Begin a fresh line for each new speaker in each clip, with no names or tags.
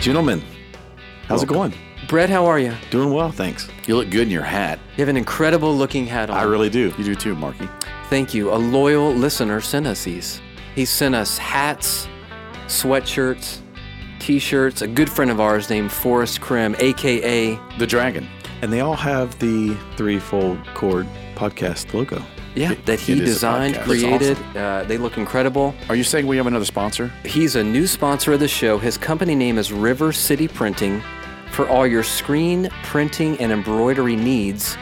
Gentlemen, how's
Welcome.
it going?
Brett, how are you? You
Doing well, thanks. You look good in your hat.
have an incredible looking hat on.
I really do.
You do too, Marky.
Thank you. A loyal listener sent us these. He sent us hats, sweatshirts, t shirts. A good friend of ours named Forrest Krim, AKA,
The dragon.
And they all have the threefold chord podcast logo.
yeah, that he
it is a
designed,
podcast. That's
created. Uh, they look incredible.
Are you saying we have another sponsor?
He's a new sponsor of the show. His company name is River City Printing. For all your screen printing and embroidery needs,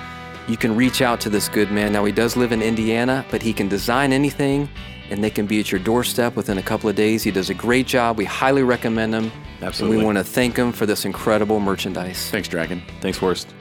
you can reach out to this good man. Now, he does live in Indiana, but he can design anything and they can be at your doorstep within a couple of days. He does a great job. We highly recommend him. And
Absolutely.
we want to thank him for this incredible merchandise.
Thanks, dragon.
Thanks, Worst.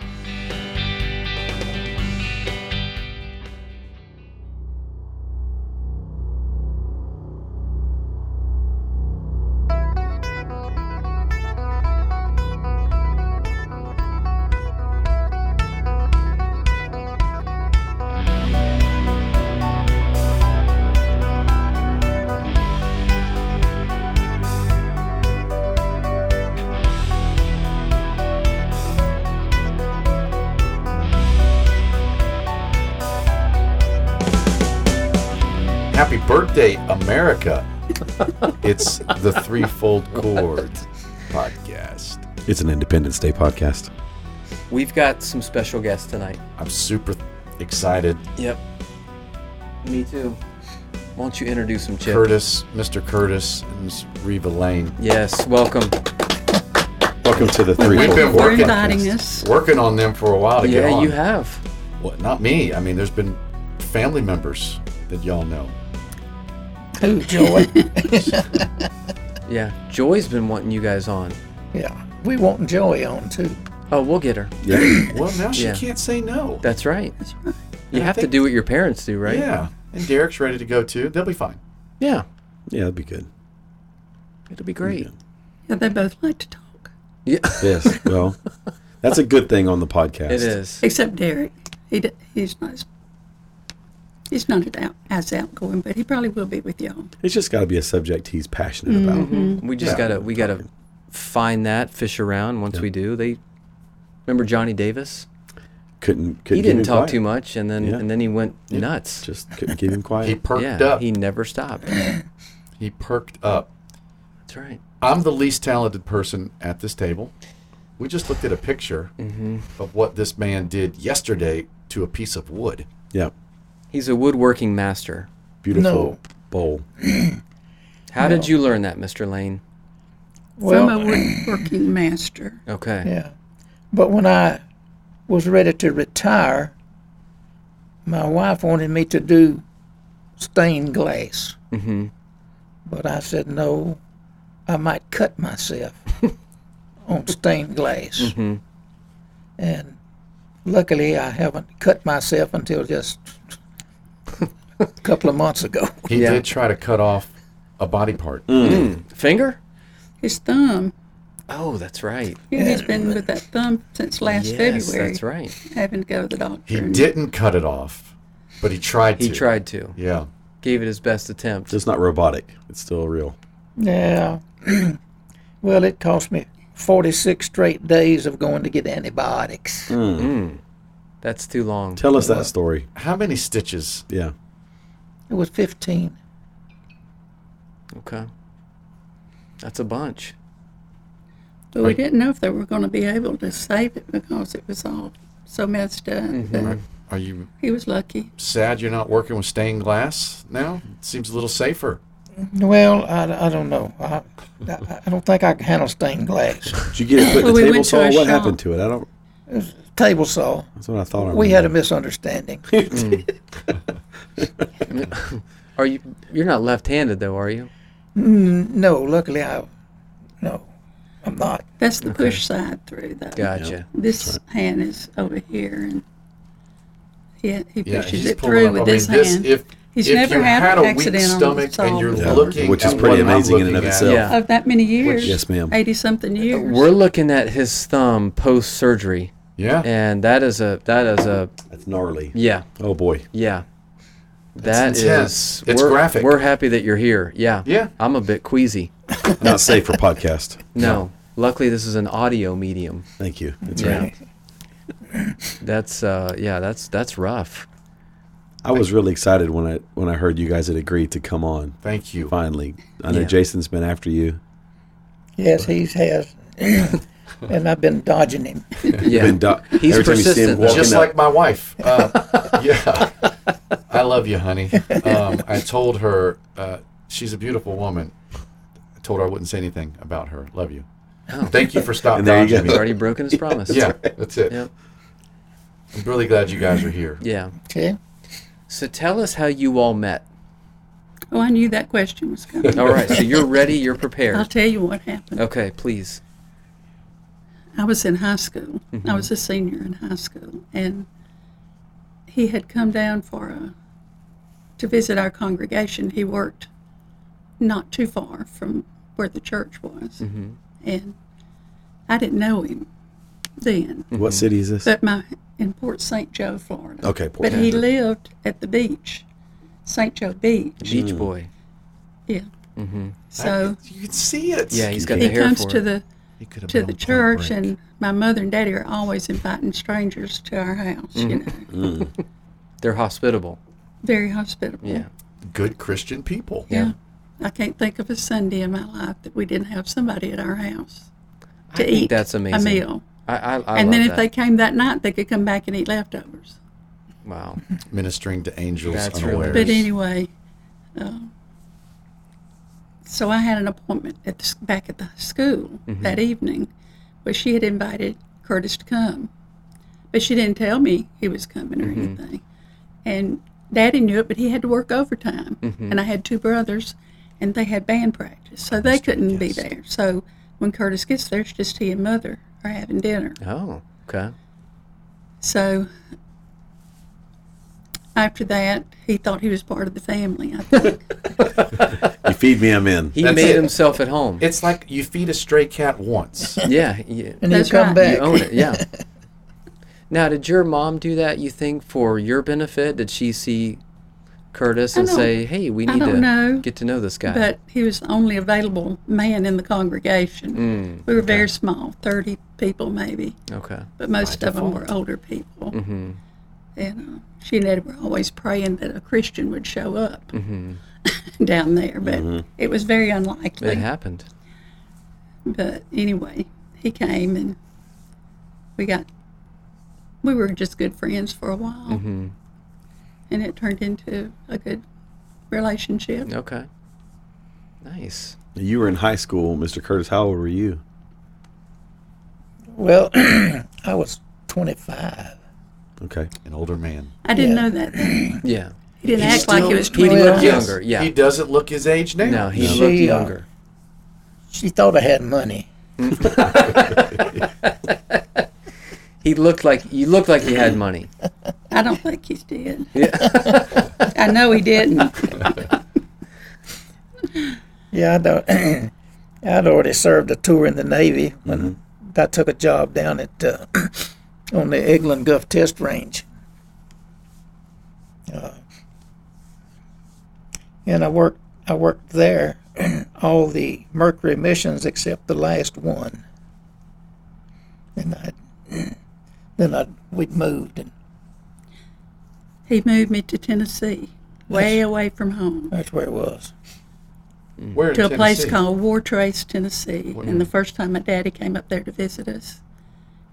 Happy birthday, America. it's the Threefold Chord podcast.
It's an Independence Day podcast.
We've got some special guests tonight.
I'm super excited.
Yep. Me too. Why don't you introduce him, Chip?
Curtis, Mr. Curtis, and Miss Reva Lane.
Yes, welcome.
Welcome to the
We've
threefold.
been
Chord.
for
working,
inviting us.
working on them for a while to get
yeah,
on.
you have.
Well, not me. I mean, there's been family members that y'all know.
Who, Joy?
Yeah, Joy's been wanting you guys on.
yeah. We want Joy on too.
Oh, we'll get her.
Well, now she
Yeah.
can't say no.
That's right. You
And I
have to
think-
do what your parents do, right?
Yeah. And Derek's ready to go too. They'll be fine.
Yeah.
Yeah, that'd be good.
It'll be great.
Yeah, they both like to talk.
Yeah.
Yes. Well, that's a good thing on the podcast.
It is.
Except Derek. He d- he's not as, he's not as, out, as outgoing, but he probably will be with y'all.
It's just got to be a subject he's passionate about.
We just gotta we gotta find that fish around. Once we do, they remember Johnny Davis.
Couldn't. couldn't
He
keep
didn't
him
talk
quiet.
too much, and then
Yeah.
and then he went nuts.
Just couldn't keep him
He
quiet.
perked
yeah,
up.
he never stopped. That's
he perked up.
right.
I'm the least talented person at this table. We just looked at a picture
Mm-hmm.
of what this man did yesterday to a piece of wood.
yeah.
He's a woodworking master.
Beautiful
No.
bowl.
How did you learn that, Mr. Lane?
From a woodworking master.
Okay.
Yeah. But when I was ready to retire, my wife wanted me to do stained glass. Mm-hmm. But I said, no, I might cut myself on stained glass. And luckily, I haven't cut myself until just a couple of months ago.
He
Yeah.
did try to cut off a body part.
Mm.
Finger?
His thumb.
Oh, that's right.
He's been with that thumb since last
yes,
February.
that's right.
Having to go to the doctor.
He
and-
didn't cut it off, but he tried
He
to.
tried to.
Yeah.
Gave it his best attempt.
It's not robotic. It's still real.
Yeah. well, it cost me 46 straight days of going to get antibiotics.
Mm.
That's too long.
Tell us that story.
How many stitches?
Yeah.
It was 15.
Okay. That's a bunch.
But we didn't know if they were going to be able to save it because it was all so messed up.
Mm-hmm.
But
Are you
he was lucky.
sad you're not working with stained glass now? Seems a little safer.
Well, I, I don't know. I, I, I don't think I can handle stained glass.
Did you get it put in the
Well, we
table
went to
saw?
a
What
shop.
happened to it? I don't.
Table saw.
That's what I thought. I
We had a
remember.
misunderstanding.
Are you? You're not left-handed though, are you?
no, luckily I, no, I'm not.
That's the push side through, though.
Gotcha.
This hand is over here, and he, he
Yeah,
pushes
he's
it
pulling
through
up-
with
I mean,
this
this-
hand.
If,
He's
if
never
you
had
had
an
a weak
accident on
stomach and you're
solvent. Yeah,
looking
which is
at
pretty
what I'm
amazing in and
looking
of
at,
itself.
Yeah.
Of that many years.
yes, ma'am.
Eighty something years.
We're looking at his thumb post-surgery,
Yeah.
and that is a that is a
That's gnarly.
yeah
Oh boy.
yeah. That
intense.
is
It's
we're,
graphic.
We're happy that you're here. Yeah.
Yeah.
I'm a bit queasy.
Not safe for podcast.
No. Luckily, this is an audio medium.
Thank you. That's
Yeah.
right.
That's uh, yeah, that's that's rough.
I was really excited when I when I heard you guys had agreed to come on.
Thank you.
Finally, I know
Yeah.
Jason's been after you.
Yes, he has. and I've been dodging him.
Yeah,
Been do-
He's
every time you see him
persistent.
walking
Just
up-
like my wife. Uh, yeah. I love you, honey. Um, I told her uh, she's a beautiful woman. I told her I wouldn't say anything about her. Love you.
Oh.
Thank you for stopping
And there you
dodging
go.
he's
me.
already broken his promise.
Yeah, that's it.
Yep.
I'm really glad you guys are here.
yeah.
Okay.
So tell us how you all met.
Oh, I knew that question was coming.
All right, so you're ready. You're
I'll
prepared.
tell you what happened.
Okay, please.
I was in high school.
Mm-hmm.
I was a senior in high school, and he had come down for a to visit our congregation. He worked not too far from where the church was,
Mm-hmm.
and I didn't know him then.
What city is this?
But my in Port St. Joe, Florida.
Okay, Port
but he
St. Joe.
lived at the beach, St. Joe Beach.
Beach boy.
Yeah. Mm-hmm. So
You can see it.
Yeah, he's got
he
the hair
comes
for
to
it.
the
He could have
to
been
the
on
church,
break.
and my mother and daddy are always inviting strangers to our house. You
Mm-hmm.
know,
They're hospitable.
very hospitable.
Yeah.
good Christian people.
Yeah. I can't think of a Sunday in my life that we didn't have somebody at our house to
I
eat.
think that's amazing.
A meal,
I, I, I
and
love
then if
that.
they came that night, they could come back and eat leftovers.
wow.
Ministering to angels
That's really
unaware.
But anyway, um, so I had an appointment at the, s- back at the school that evening, where she had invited Curtis to come, but she didn't tell me he was coming or anything. And Daddy knew it, but he had to work overtime, and I had two brothers, and they had band practice, so they couldn't be there. So when Curtis gets there, it's just he and Mother are having dinner.
Oh, okay.
So after that, he thought he was part of the family. I think.
You feed me, I'm in.
He
That's
made
it.
himself at home.
It's like you feed a stray cat once.
yeah, yeah.
And he'll
That's
come
right.
back.
You own it. Yeah. now, did your mom do that? You think for your benefit? Did she see Curtis
I
and
don't-
say, "Hey, we
I
need
don't
to
know.
get to know this guy"?
But he was the only available man in the congregation. we were very small, 30 people maybe,
okay.
but most of them were older people. And uh, she and Eddie were always praying that a Christian would show up down there, but it was very unlikely.
It happened.
But anyway, he came and we got, we were just good friends for a while. And it turned into a good relationship.
Okay. Nice.
You were in high school, Mr. Curtis. How old were you?
Well, I was 25.
Okay.
An older man.
I didn't
Yeah.
know that. then.
Yeah.
He didn't act like he was
He
20.
looked
Well-
younger. Yeah.
He doesn't look his age now.
no, he
She,
looked
uh,
younger.
She thought I had money.
He looked like you looked like he had money.
I don't think he did. I know he didn't.
Yeah, I don't. I'd already served a tour in the Navy when I took a job down at uh, on the Eglin Gulf Test Range. Uh, and I worked. I worked there all the Mercury missions except the last one. And I then I we'd moved and
He moved me to Tennessee, way away from home,
that's where it was.
Where in
to a place
Tennessee?
called War Trace, Tennessee. And the first time my daddy came up there to visit us,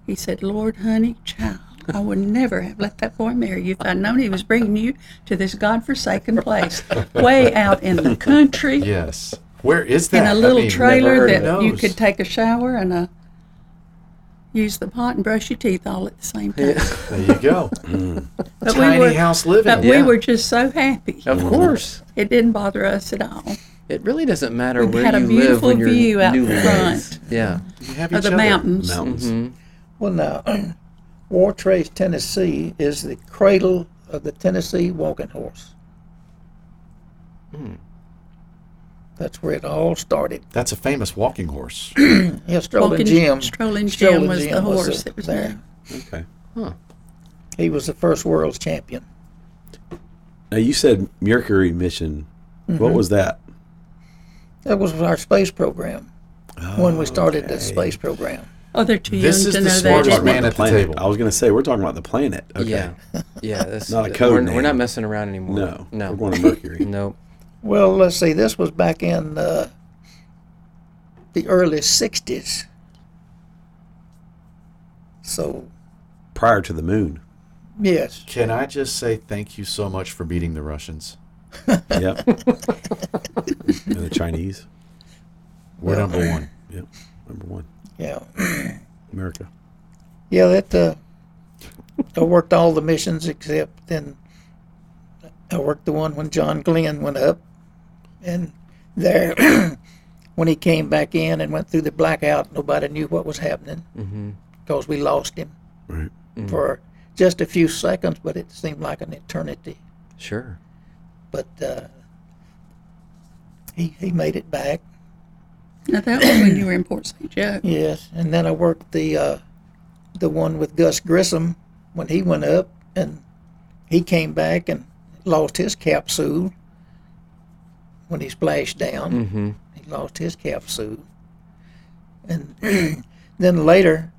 he said, Lord, honey, child, I would never have let that boy marry you if I'd known he was bringing you to this godforsaken place, way out in the country,
Yes. Where is that?
in a
I
little
mean, never
trailer
heard
that
of
you
those.
could take a shower and a, use the pot and brush your teeth all at the same time.
There you go.
But
Tiny
we were,
house living.
But
Yeah.
we were just so happy.
Of course.
It didn't bother us at all.
Mm-hmm. It really doesn't matter
We
where
had a
you live when
beautiful
you're
view out
newlyweds.
front.
Yeah.
You have
Of
each
the
other.
mountains.
Mountains.
Well, now, War Trace, Tennessee is the cradle of the Tennessee walking horse. That's where it all started.
That's a famous walking horse.
Yeah, Strolling
Walking-
Jim.
Strolling
Strolling
Jim was the horse that was there.
Okay.
He was the first world's champion.
Now you said Mercury mission. What was that?
That was our space program. when we started the space program.
Oh, they're too
This
young
is the
to know
We're
smartest
that.
talking
man
about the
at the
planet.
table.
I was going to say we're talking about the planet. Okay.
Yeah, yeah. That's,
Not a code
We're,
name.
we're not messing around anymore.
No,
no,
We're going to Mercury.
no.
Well, let's see, this was back in uh, the early 60s. So,
prior to the moon.
yes.
Can I just say thank you so much for beating the Russians?
Yep. and the Chinese.
We're number one.
Yep. Number one,
Yeah.
America.
Yeah, that uh, I worked all the missions except then I worked the one when John Glenn went up, and there when he came back in and went through the blackout, nobody knew what was happening because we lost him
Right.
for just a few seconds, but it seemed like an eternity.
Sure.
But uh, he he made it back.
Now, that was when you were in Port St. Joe.
Yes, and then I worked the uh, the one with Gus Grissom when he went up, and he came back and lost his capsule when he splashed down. Mm-hmm. He lost his capsule, and then later,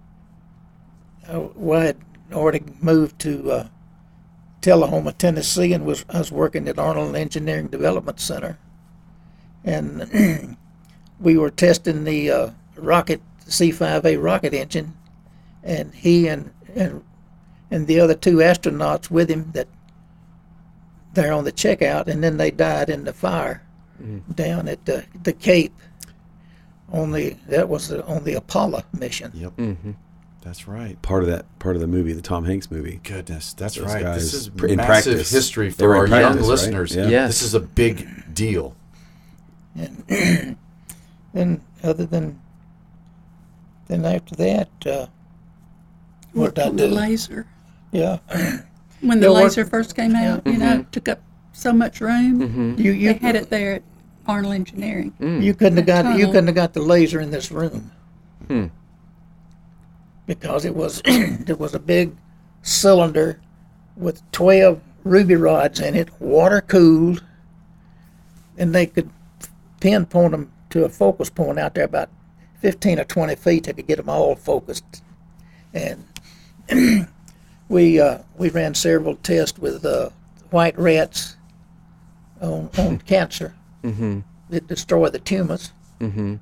I, well, I had already moved to uh, Tullahoma, Tennessee, and was I was working at Arnold Engineering Development Center, and we were testing the uh, rocket C5A rocket engine, and he and, and and the other two astronauts with him that they're on the checkout, and then they died in the fire down at the, the Cape. On the that was the, on the Apollo mission.
Yep. That's right.
Part of that. Part of the movie, the Tom Hanks movie.
Goodness, that's
Those
right. This
guys
is
pr- in
massive
practice.
history
They were
for our
in
young
practice, right?
listeners.
Yeah.
Yes.
This is a big deal.
Then other than then after that, uh, what
Worked
did I
on the
do?
laser.
Yeah,
When the
Yeah, work-
laser first came out, you
Mm-hmm.
know, it took up so much room.
you
They
you
had it there at Arnold Engineering.
Mm.
You couldn't have got you
tunnel.
couldn't have got the laser in this room. Because it was it was a big cylinder with twelve ruby rods in it, water cooled, and they could pinpoint them to a focus point out there about fifteen or twenty feet. They could get them all focused, and we uh, we ran several tests with uh, white rats on on cancer that destroy the tumors. Mm-hmm.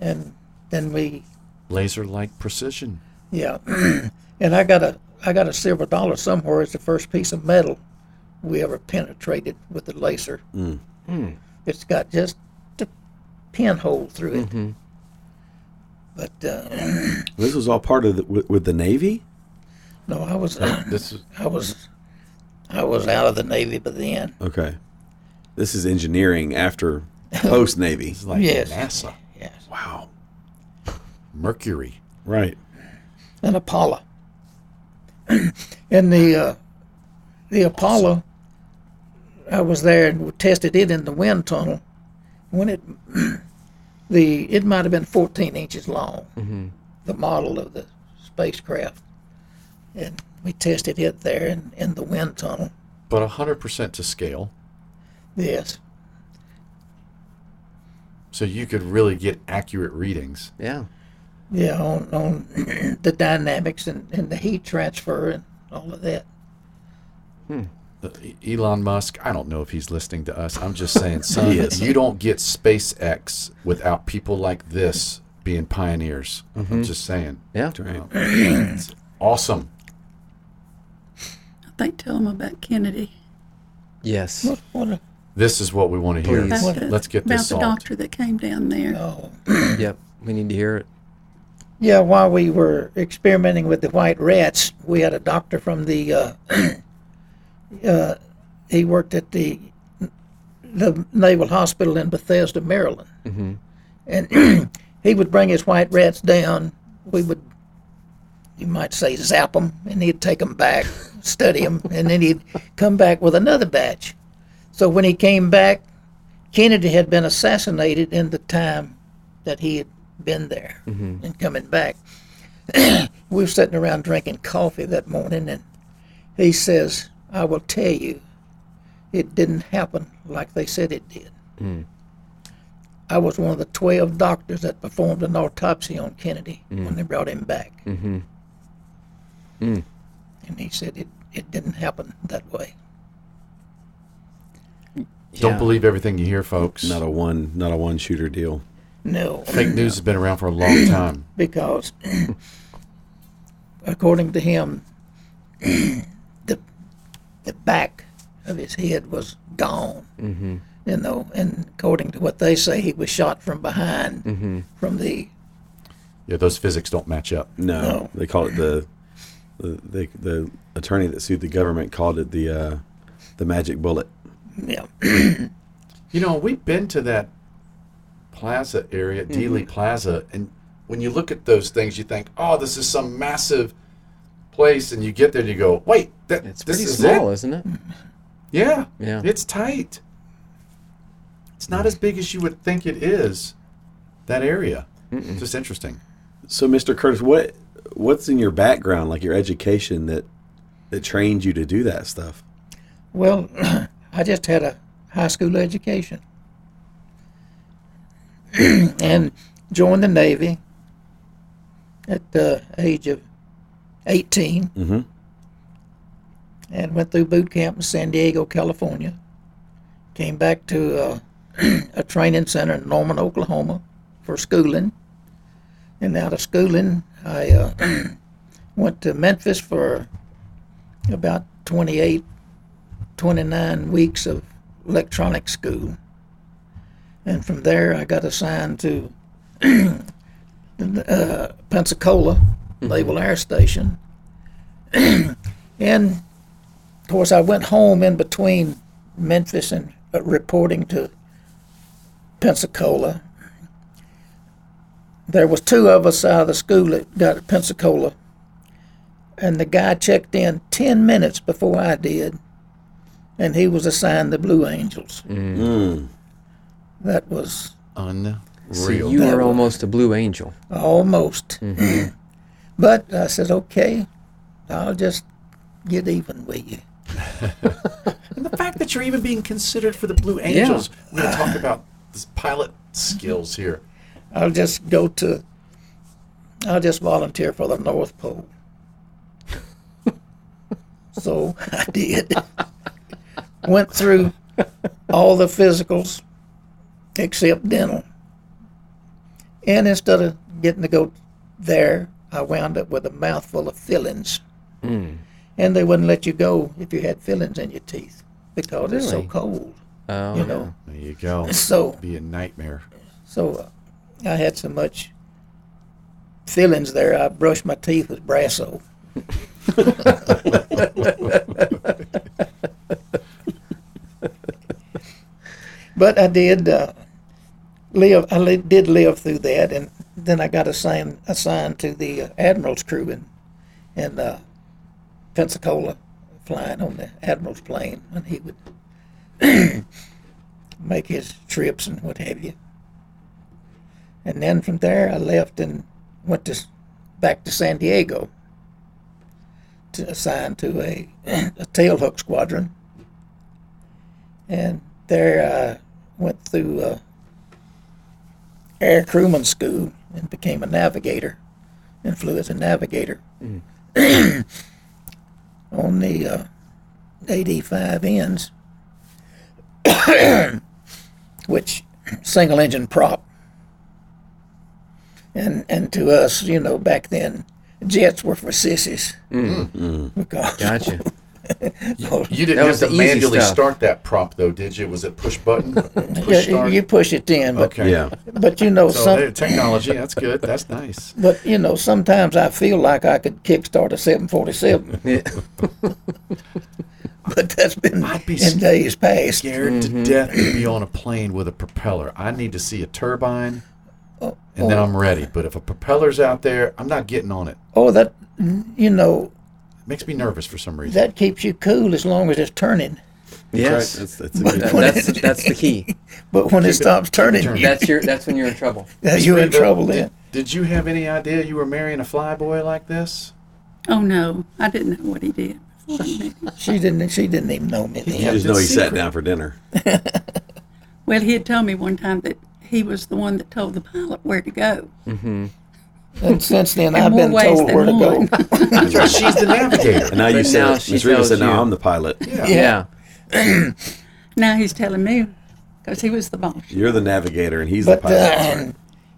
And then we,
Laser like precision.
yeah, and I got a I got a silver dollar somewhere. It's the first piece of metal we ever penetrated with the laser. Mm. It's got just a pinhole through it. But uh,
This was all part of the, with, with the Navy.
no, I was
This is
I was I was out of the navy by then.
Okay. This is engineering after post Navy.
it's like
Yes.
NASA.
Yes,
Wow.
Mercury.
Right.
and Apollo. and the uh, the Apollo, I was there and we tested it in the wind tunnel. When it the it might have been 14 inches long, the model of the spacecraft, and we tested it there in, in the wind tunnel.
But 100% to scale.
Yes,
So you could really get accurate readings.
Yeah.
yeah, on on the dynamics and, and the heat transfer and all of that.
Uh, E- Elon Musk, I don't know if he's listening to us. I'm just saying, son, you don't get SpaceX without people like this being pioneers. I'm just saying.
Yeah.
Um, it's awesome.
I think tell them about Kennedy.
Yes.
What what a,
This is what we want to hear.
Please.
About the-
Let's get
about
this
the
solved.
doctor that came down there.
oh.
Yep. We need to hear it.
Yeah, while we were experimenting with the white rats, we had a doctor from the. Uh, uh, he worked at the the Naval Hospital in Bethesda, Maryland, and he would bring his white rats down. We would, you might say, zap them, and he'd take them back, study them, and then he'd come back with another batch. So when he came back, Kennedy had been assassinated in the time that he had been there and coming back. we were sitting around drinking coffee that morning, and he says, I will tell you, it didn't happen like they said it did. I was one of the 12 doctors that performed an autopsy on Kennedy when they brought him back. Mm-hmm. And he said it, it didn't happen that way.
Don't believe everything you hear, folks.
Not a one, not a one shooter deal.
No,
Fake news has been around for a long time.
because according to him, the, the back of his head was gone. Mm-hmm. You know, and according to what they say, he was shot from behind from the
Yeah, those physics don't match up.
No,
No.
they call it the, the the the attorney that sued the government called it the uh, the magic bullet.
Yeah.
You know, we've been to that plaza area,
Mm-hmm.
Dealey Plaza, and when you look at those things, you think, "Oh, this is some massive place," and you get there and you go, "Wait, that
It's
this
pretty
is
small,
it?
is isn't it?
Yeah,
Yeah. Mm.
it's tight. It's not as big as you would think it is. That area, it's just interesting.
So, Mr. Curtis, what what's in your background, like your education that that trained you to do that stuff?
Well, I just had a high school education and joined the Navy at the age of 18
Mhm.
and went through boot camp in San Diego, California. Came back to uh, a training center in Norman, Oklahoma for schooling. And out of schooling, I uh, went to Memphis for about 28 29 weeks of electronic school. And from there, I got assigned to uh, Pensacola Naval Air Station. and of course, I went home in between Memphis and uh, reporting to Pensacola. There was two of us out of the school that got at Pensacola, and the guy checked in ten minutes before I did and he was assigned the Blue Angels. That was
Unreal.
So you were almost a blue angel.
almost. but I said, okay, I'll just get even with you.
and the fact that you're even being considered for the Blue Angels, we're going to talk about this pilot skills here.
I'll just go to, I'll just volunteer for the North Pole. so I did. Went through all the physicals except dental. And instead of getting to go there, I wound up with a mouthful of fillings.
Hmm.
And they wouldn't let you go if you had fillings in your teeth because it's so
Really?
cold,
Oh,
you know.
There you go.
So
Be a nightmare.
so uh, I had so much fillings there, I brushed my teeth with Brasso. but I did uh, live. I li- did live through that, and then I got assigned assigned to the uh, admiral's crew in in uh, Pensacola, flying on the admiral's plane, and he would make his trips and what have you. And then from there, I left and went to back to San Diego to assign to a, a tailhook squadron. And there I went through uh, air crewman school and became a navigator and flew as a navigator on the uh, 85 ends, which single engine prop and and to us, you know, back then, jets were for sissies. Because
gotcha.
You didn't
That
have
was the
to
easy
manually
stuff.
start that prop though, did you? Was it push button?
you,
push start?
you push it in, but
okay.
Yeah,
but you know
So
some.
there- technology, that's good. That's nice.
But you know, sometimes I feel like I could kickstart a 747,
Yeah.
but that's been
I'd be
in days past.
Scared to death to be on a plane with a propeller. I need to see a turbine, and then I'm ready. But if a propeller's out there, I'm not getting on it.
Oh, that you know
It makes me nervous for some reason.
that keeps you cool as long as it's turning.
Yes.
that's that's a good,
That- that's that's the key.
But when it stops turning,
turning.
you-
That's your that's when you're in trouble.
you're in
Springbok,
trouble.
did-
Then
Did you have any idea you were marrying a flyboy like this?
Oh no, I didn't know what he did. before he met him.
she didn't. She didn't even know me then.
you just know he sat down for dinner.
well, he had told me one time that he was the one that told the pilot where to go.
And since then, I've
more
been
ways
told
than
where to go.
one.
That's right. She's the navigator.
And now you
But
said,
now she
Miss Rita
tells
said,
you.
now I'm the pilot.
Yeah.
Now he's telling me because he was the boss.
You're the navigator and he's
But
uh,
the pilot.
um,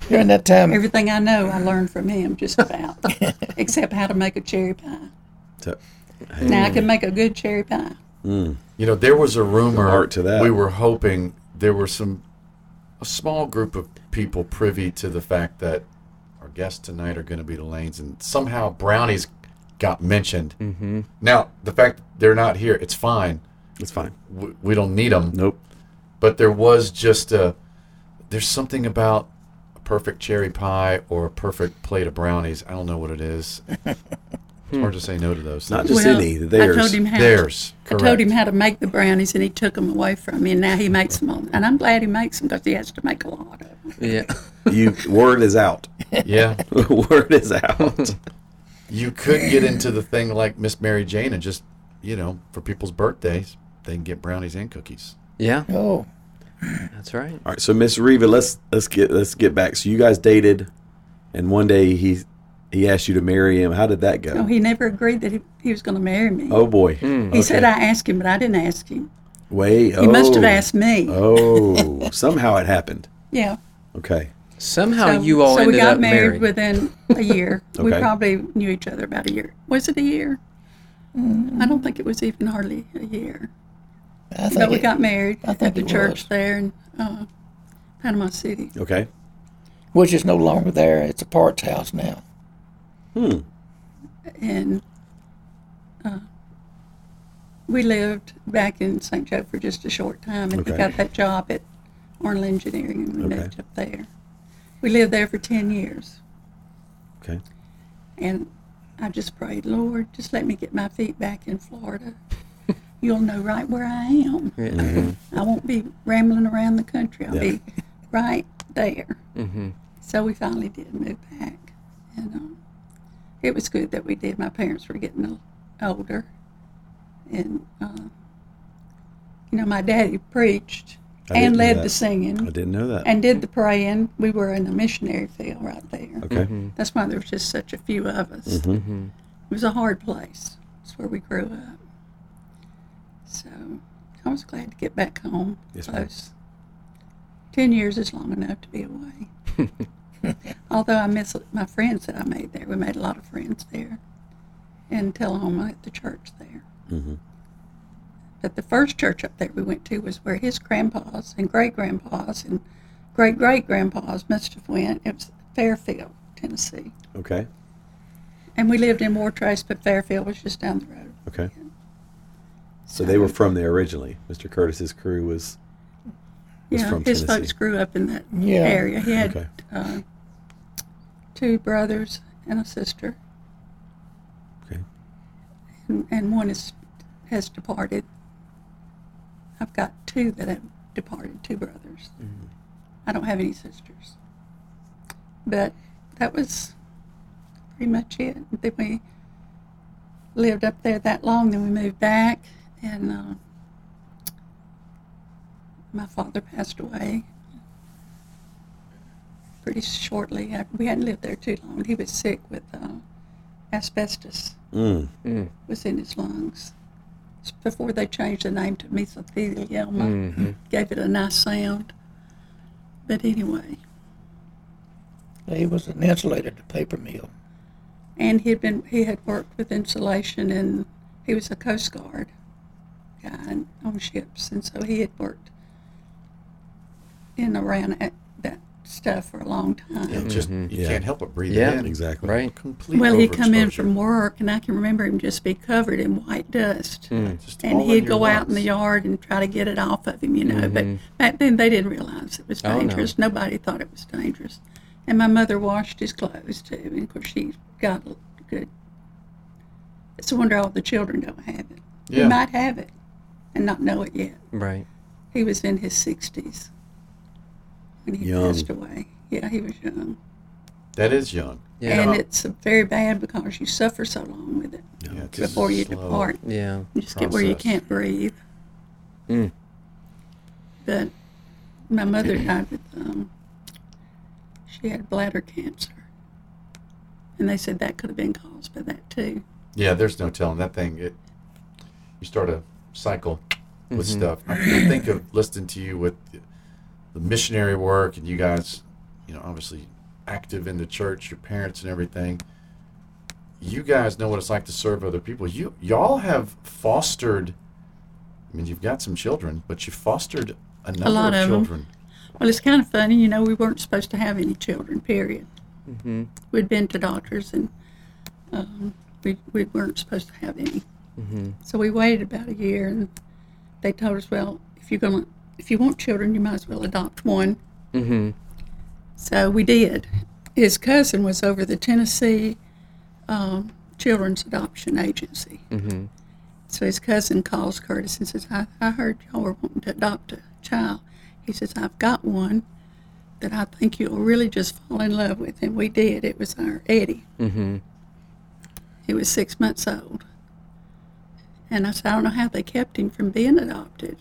during that time,
Everything I know, I learned from him just about, except how to make a cherry pie.
So-
Now I can make a good cherry pie.
You know, there was a rumor.
art to that.
We were hoping there were some, a small group of people privy to the fact that our guests tonight are going to be the Lanes, and somehow brownies got mentioned. Mm-hmm. Now, the fact they're not here, it's fine.
it's fine.
We, we don't need them.
Nope.
But there was just a, there's something about a perfect cherry pie or a perfect plate of brownies. I don't know what it is. it's hard to say no to those.
Not
Things.
just any. Theirs.
I told him how.
Theirs.
I
Correct.
told him how to make the brownies, and he took them away from me, and now he makes them all. And I'm glad he makes them because he has to make a lot of them.
Yeah.
You word is out.
Yeah.
word is out.
you could get into the thing like Miss Mary Jane and just, you know, for people's birthdays, they can get brownies and cookies.
Yeah.
oh,
That's right.
All right, so Miss Reva, let's let's get let's get back. So you guys dated, and one day he he asked you to marry him. How did that go?
No, Oh, he never agreed that he, he was going to marry me.
oh boy,
he said I asked him, but I didn't ask him.
wait.
He must have asked me.
Oh, somehow it happened.
Yeah.
Okay,
Somehow you all
so
ended
we got
up married.
married, within a year. We
Okay.
probably knew each other about a year. Was it a year?
Mm.
I don't think it was even hardly a year.
I think
But we
it-
got married
think
at the
it was.
church there in uh, Panama City.
okay.
which is no longer there. It's a parts house now.
and uh, we lived back in St. Joe for just a short time, and we
Okay.
got that job at Arnold Engineering, and we
Okay.
moved up there. We lived there for ten years,
Okay.
and I just prayed, Lord, just let me get my feet back in Florida. You'll know right where I am.
Yeah.
I won't be rambling around the country. I'll
Mm-hmm. Yeah.
be right there. So we finally did move back, and um, it was good that we did. My parents were getting o- older, and uh, you know, my daddy preached
I didn't
and
know
led
that.
the
I
singing
didn't know that.
and did the praying. We were in the missionary field right there.
okay.
That's why there was just such a few of us.
Mm-hmm.
It was a hard place. It's where we grew up. So I was glad to get back home.
Yes, ma'am.
close. Ten years is long enough to be away. Although I miss my friends that I made there. We made a lot of friends there. And Tullahoma at the church there.
Mm-hmm.
But the first church up there we went to was where his grandpas and great grandpas and great great grandpas must have went. It was Fairfield, Tennessee.
Okay.
And we lived in War Trace, but Fairfield was just down the road.
Okay. So they were from there originally. Mr. Curtis's crew was was
yeah,
from
his
Tennessee.
folks grew up in that
Yeah.
area. He had
Okay.
uh, two brothers and a sister,
Okay.
and, and one is has departed. I've got two that have departed, two brothers.
Mm-hmm.
I don't have any sisters. But that was pretty much it. Then we lived up there that long. Then we moved back, and uh, my father passed away pretty shortly. After. We hadn't lived there too long. He was sick with uh, asbestos.
Mm.
Was in his lungs. It's before they changed the name to
Mm.
mesothelioma,
Mm-hmm.
gave it a nice sound. But anyway,
He was an insulator at the paper mill.
and he had been he had worked with insulation and he was a coast guard guy and- on ships and so he had worked in around that, that stuff for a long time
It just you
Yeah.
can't help but breathe
Yeah.
it in.
Exactly.
Right.
Complete
well he'd come in
overexposure.
from work and i can remember him just be covered in white dust
Just
and
all
he'd
in your
go out in the
lungs.
yard and try to get it off of him, you know.
Mm-hmm.
But back then they didn't realize it was
Oh,
no.
dangerous. Nobody thought it was dangerous. And my mother washed his clothes too, and of course she got a good. It's a wonder all the children don't have it. He
Yeah.
might have it, and not know it yet.
Right.
He was in his sixties when he
Young.
passed away. Yeah, he was young,
That is young.
Yeah.
and it's very bad because you suffer so long with it
Yeah, it's
before you
slow.
depart.
Yeah.
You just get where you
process. Mm.
can't breathe. But my mother died with um, she had bladder cancer. And they said that could have been caused by that too.
Yeah, there's no telling that thing. It you start a cycle with stuff. I can think of listening to you with the, the missionary work and you guys, you know, obviously active in the church, your parents and everything. You guys know what it's like to serve other people. You y'all have fostered. I mean, you've got some children, but you fostered a number
lot
of
of 'em.
children.
Well, it's kind of funny, you know, we weren't supposed to have any children, period. We'd been to doctors and um, we, we weren't supposed to have any. So we waited about a year and they told us, well, if you're going to, if you want children, you might as well adopt one. Mm-hmm. So we did. His cousin was over the Tennessee um, Children's Adoption Agency. So his cousin calls Curtis and says, I, I heard y'all were wanting to adopt a child. He says, I've got one that I think you'll really just fall in love with. And we did. It was our Eddie. Mm-hmm. He was six months old. And I said, I don't know how they kept him from being adopted,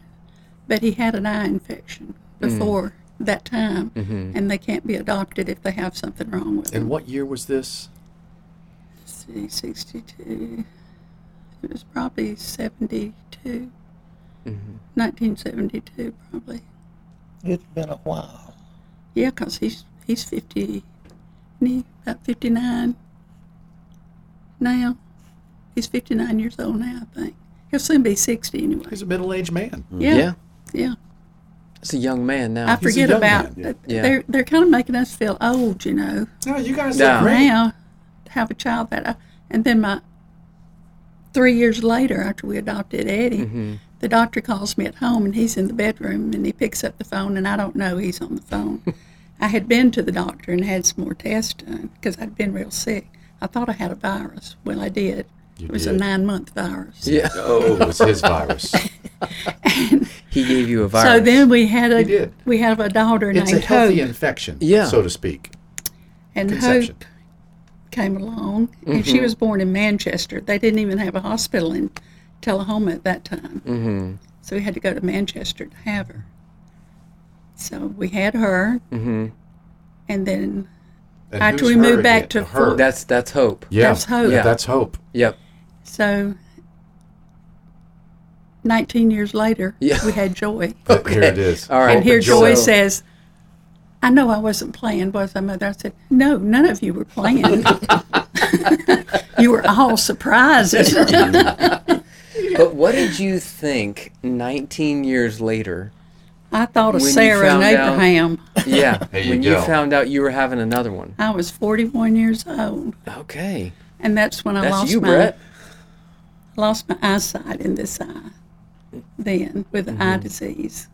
but he had an eye infection before that time. And they can't be adopted if they have something wrong with them.
And what year was this?
Let's see, 62. It was probably 72.
Mm-hmm.
1972, probably.
It's been a while.
Yeah, 'cause he's, he's 50, and he about 59 now. He's 59 years old now, I think. He'll soon be 60 anyway.
He's a middle-aged man.
Yeah. Yeah.
Mm-hmm. Uh, He's a young man now.
I forget
young
about
Yeah.
They're, they're kind of making us feel old, you know.
No, you guys
No.
are great.
now to have a child that I, and then my three years later after we adopted eddie
Mm-hmm.
the doctor calls me at home and he's in the bedroom and he picks up the phone and i don't know he's on the phone i had been to the doctor and had some more tests done because i'd been real sick i thought i had a virus well i did it was
did.
a nine month virus
yeah.
Oh, it was his virus.
He gave you a virus.
so then we had
He
a
did.
we had a daughter
It's a
named
healthy
hope
infection,
Yeah.
so to speak.
and
Conception.
hope came along, and she was born in Manchester. They didn't even have a hospital in Tullahoma at that time, mm-hmm. so we had to go to Manchester to have her. So we had her, and then
And
After
who's
we moved
her
back
again?
to
her.
that's that's hope.
yeah,
That's hope.
Yeah, that's hope.
Yep.
so. 19 years later,
Yeah.
we had Joy.
But Here it is.
All right.
And here Oh, Joy
So-
says, I know I wasn't playing, was I, Mother? I said, No, none of you were playing. you were all surprises.
But what did you think 19 years later?
I thought of
When you
Sarah and
found out-
Abraham.
Yeah.
There you
when you
go.
found out you were having another one.
I was 41 years old,
Okay.
and that's when I
That's
lost
you,
my
Brett.
lost my eyesight in this eye. Then with the
Mm-hmm.
eye disease,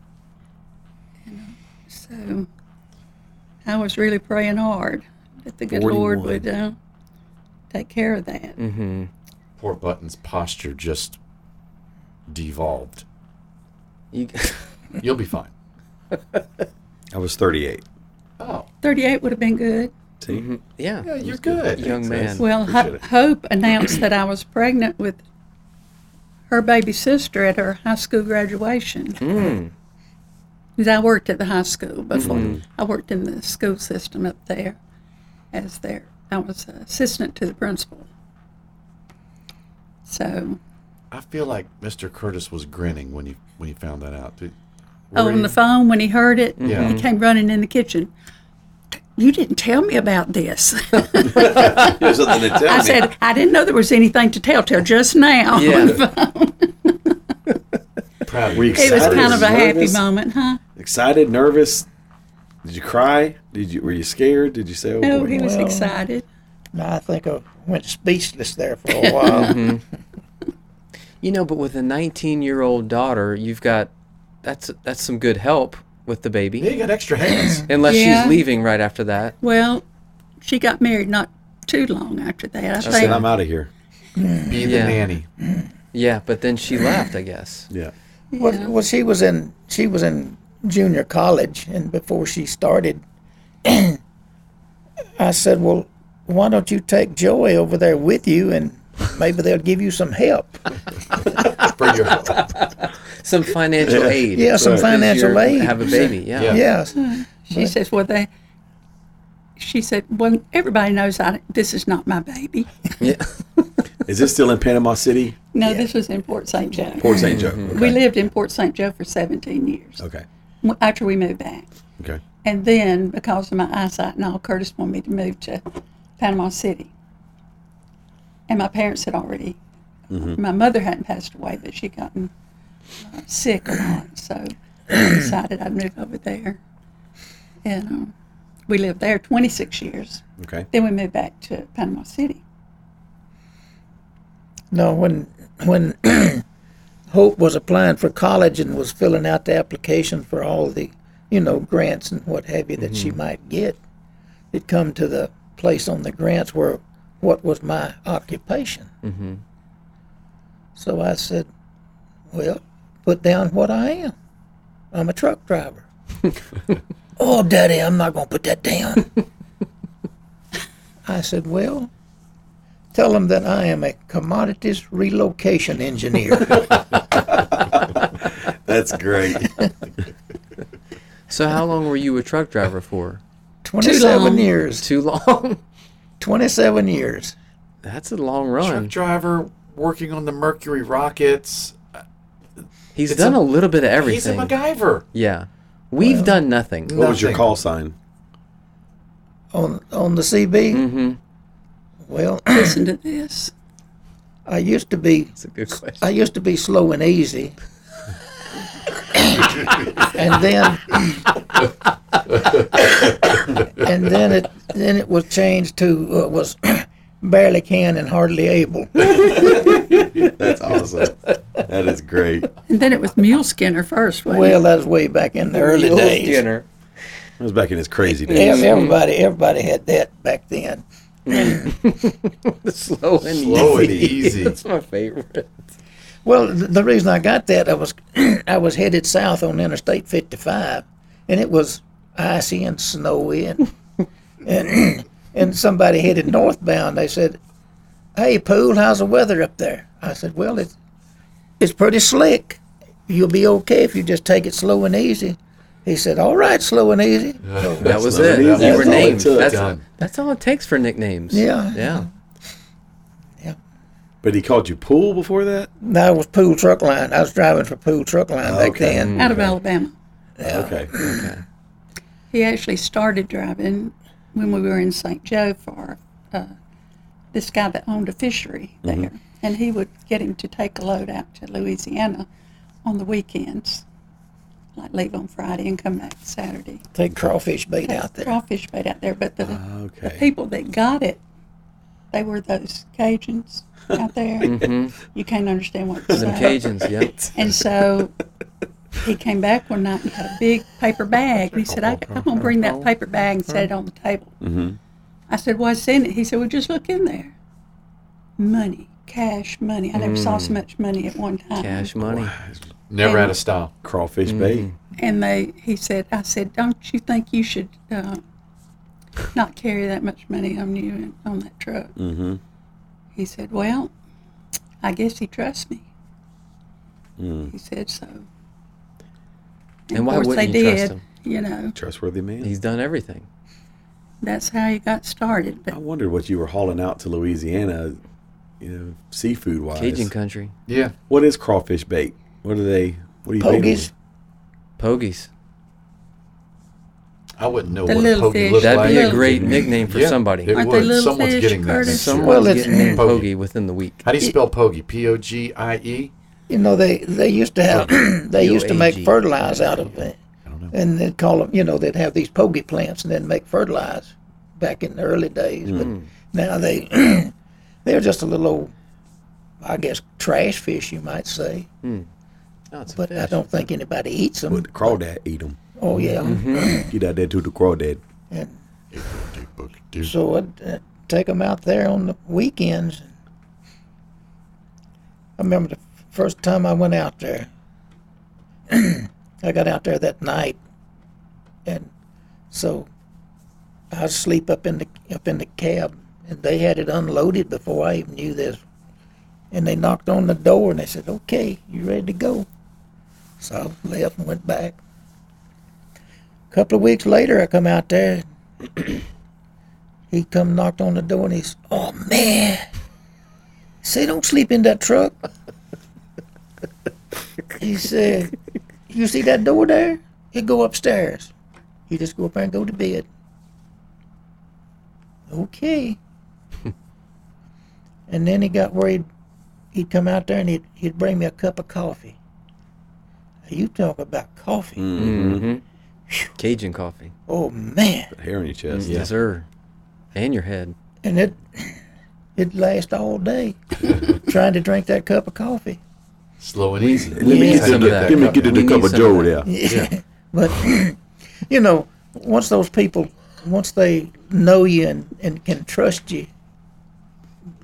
you know, so I was really praying hard that the good Lord
41.
would uh, take care of that.
Mm.
Poor Button's posture just devolved.
You,
You'll be fine.
I was 38.
Oh,
38 would have been good.
See?
yeah.
yeah, Mm-hmm. you're good.
Young man.
Well, Ho- Hope announced that I was pregnant with her baby sister at her high school graduation.
Hmm.
Because I worked at the high school before. I worked in the school system up there as their, I was assistant to the principal. So,
I feel like Mr. Curtis was grinning when you when you found that out. Did-
oh,
were
on
you-
the phone when he heard it,
Yeah.
he came running in the kitchen. You didn't tell me about this.
There's something to tell
I
me.
said, I didn't know there was anything to tell till just now.
Yeah.
proud of
Were you
you.
It was
excited,
kind of a happy
nervous?
moment, huh?
Excited, nervous. Did you cry? Did you were you scared? Did you say, "Oh
No,
boy"?
he was
Well-
excited.
Now I think I went speechless there for a
Mm-hmm.
while.
You know, but with a 19-year-old daughter, you've got that's that's some good help with the
Yeah,
baby.
you got extra hands.
Unless
Yeah.
she's leaving right after that.
Well, she got married not too long after that. I
I said,
think
"I'm out of here."
Be the
Yeah.
nanny.
Yeah, but then she left, I guess.
Yeah.
well, well, she was in she was in junior college, and before she started, I said, "Well, why don't you take Joy over there with you, and maybe they'll give you some help."
For your help.
Some financial aid.
Yeah, some
Because
financial
you're-
aid.
Have a baby. Yeah.
Yeah.
Yes.
she says, "Well, they she said, "Well, everybody knows I, this is not my baby."
Yeah.
Is this still in Panama City?
No, this was in Port St. Joe.
Port St. Joe. Okay.
We lived in Port St. Joe for 17 years
okay.
w- after we moved back.
Okay.
And then, because of my eyesight and all, Curtis wanted me to move to Panama City. And my parents had already,
Mm-hmm.
my mother hadn't passed away, but she'd gotten uh, sick a lot. So I decided I'd move over there. And um, we lived there 26 years.
Okay.
Then we moved back to Panama City.
No, when when Hope was applying for college and was filling out the application for all the, you know, grants and what have you that she might get, it come to the place on the grants where what was my occupation. Mm-hmm. So I said, well, put down what I am. I'm a truck driver. oh, Daddy, I'm not going to put that down. I said, well, Tell them that I am a commodities relocation engineer.
That's great.
So how long were you a truck driver for?
27
long.
years.
Too long.
27 years.
That's a long
Truck
run.
driver working on the Mercury rockets.
He's
It's
done a,
a-
little bit of everything.
He's a MacGyver.
Yeah. We've done nothing.
What was your
Nothing.
call sign?
On, on the CB? Mm-hmm. Well,
Listen to this.
I used to be
That's a good question.
I used to be slow and easy. and then and then it then it was changed to uh, was barely can and hardly able.
That's awesome. that is great. That
And then it was mule skinner first, wasn't it?
Well, that was way back in the early days.
Skinner.
was back in his crazy days.
Ev- Everybody, everybody had that back then.
Slow and
Slow and
easy.
easy.
That's my favorite.
Well, th- the reason I got that I was I was headed south on Interstate 55, and it was icy and snowy, and and, and somebody headed northbound. They said, "Hey, Poole, how's the weather up there?" I said, "Well, it's it's pretty slick. You'll be okay if you just take it slow and easy." He said, "All right, slow and easy." So,
That was
not
it.
an
You
easy- that's
were
all it
named.
took.
That's,
Done.
that's all it takes for nicknames.
Yeah.
Yeah.
But he called you Pool before that?
that was Poole Truck Line. I was driving for Poole Truck Line back
Okay.
then.
Out of Alabama.
Okay.
He actually started driving when we were in St. Joe for uh, this guy that owned a fishery there. And he would get him to take a load out to Louisiana on the weekends, like leave on Friday and come back Saturday.
Take crawfish bait out there.
Crawfish bait out there, but the, the
Okay.
people that got it, they were those Cajuns out there. You can't understand what they're
Some
saying.
Cajuns, yeah.
And so he came back one night and had a big paper bag. And he said, I, I'm going to bring that paper bag and set it on the table. I said, What's in it? He said, Well, just look in there. Money, cash money. I never saw so much money at one time.
Cash money.
Never out of style.
Crawfish Bay.
And they, he said, I said, Don't you think you should uh, not carry that much money on you and on that truck? Mm-hmm. He said, Well, I guess he trusts me.
Mm.
He said so.
And why
of course
wouldn't
they
you
did,
trust him?
You know,
Trustworthy man.
He's done everything.
that's how he got started.
I
But
wondered what you were hauling out to Louisiana, you know, seafood wise.
Cajun country.
Yeah.
What is crawfish bait? What are they? What do you bait 'em
Pogies.
with?
Pogies.
I wouldn't know
The
what a
little
pokey
fish.
looks
That'd
like.
be a great nickname for
Yeah,
somebody.
It
Aren't they
would.
little
Someone's
fish,
getting that.
Curtis?
this year.
Someone's
Well, it's-
getting named
Pogie.
Pogie within the week.
How do you spell pogie? P O G I E.
You know, they, they used to have they used to make
UAG.
fertilizer out of it, and they'd call them. You know, they'd have these pogey plants and then make fertilizer back in the early days.
Hmm.
But now they they're just a little old, I guess, trash fish you might say.
Oh, it's a
But I
fish.
don't think anybody eats them.
Would the crawdad eat them?
Oh yeah.
Mm-hmm.
Get out there to the crawdad.
And so I'd uh, take them out there on the weekends. I remember the first time I went out there. I got out there that night, and so I was sleep up in the up in the cab, and they had it unloaded before I even knew this. And they knocked on the door and they said, "Okay, you ready to go?" So I left and went back. A couple of weeks later, I come out there He come knocked on the door and he's, oh man, say don't sleep in that truck. he said, you see that door there? It go upstairs. You just go up there and go to bed. Okay. and then he got worried. He'd come out there and he'd, he'd bring me a cup of coffee. You talk about coffee.
Cajun coffee.
Oh man.
Hair on your chest.
Yes, sir. And your head.
and it it lasts all day trying to drink that cup of coffee.
Slow and easy.
Let me
need
get
some
the-
of that.
Let me get
We
the
need
cup of
some
Joe
of that.
there.
But you know, once those people, once they know you and, and can trust you,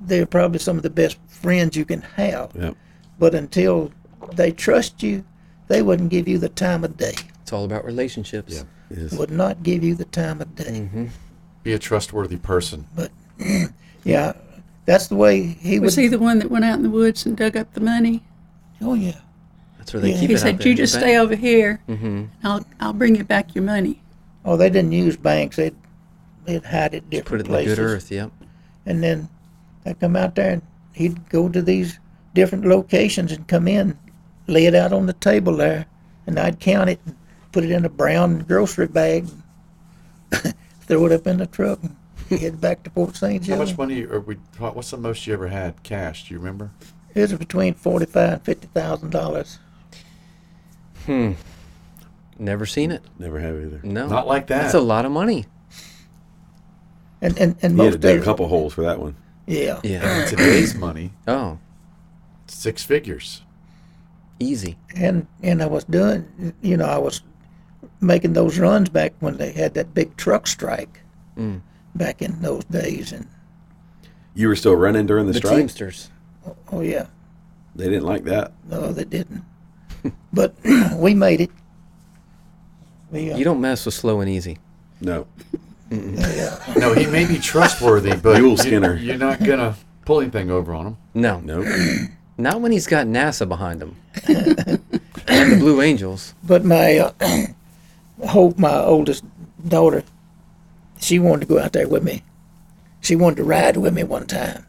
they're probably some of the best friends you can have.
Yep.
But until they trust you, they wouldn't give you the time of day.
It's all about relationships.
Yeah.
Would not give you the time of day.
Mm-hmm.
Be a trustworthy person.
Yeah, that's the way he
Was
would.
he the one that went out in the woods and dug up the money?
oh yeah.
That's where they
Yeah.
keep
He
it. out
said,
there
"You
in the
just
bank."
stay over here, and I'll I'll bring you back your money."
Oh, they didn't use banks. They'd they'd hide it
Put it
different
in
places.
the good earth. Yep.
and then I'd come out there and he'd go to these different locations and come in, lay it out on the table there, and I'd count it and put it in a brown grocery bag, throw it up in the truck, and head back to Port St.
How
John.
much money are we? What's the most you ever had cash? Do you remember?
It was between forty-five and fifty thousand dollars.
Never seen it.
Never have either.
No.
Not like that.
That's a lot of money.
And and and
You
most
had to dig a
of-
couple holes for that one.
yeah.
Yeah.
Today's money,
oh,
six figures.
easy.
and and I was doing, you know, I was making those runs back when they had that big truck strike
Mm.
back in those days, and
You were still running during the,
The
strike.
Teamsters.
oh yeah.
They didn't like that.
No, they didn't. but we made it. We, uh,
You don't mess with slow and easy.
No.
No, he may be trustworthy, but
Mule
you-
Skinner.
you're not gonna pull anything over on him.
No.
Nope.
Not when he's got NASA behind him. and the Blue Angels.
but my uh, Hope, my oldest daughter, she wanted to go out there with me. She wanted to ride with me one time.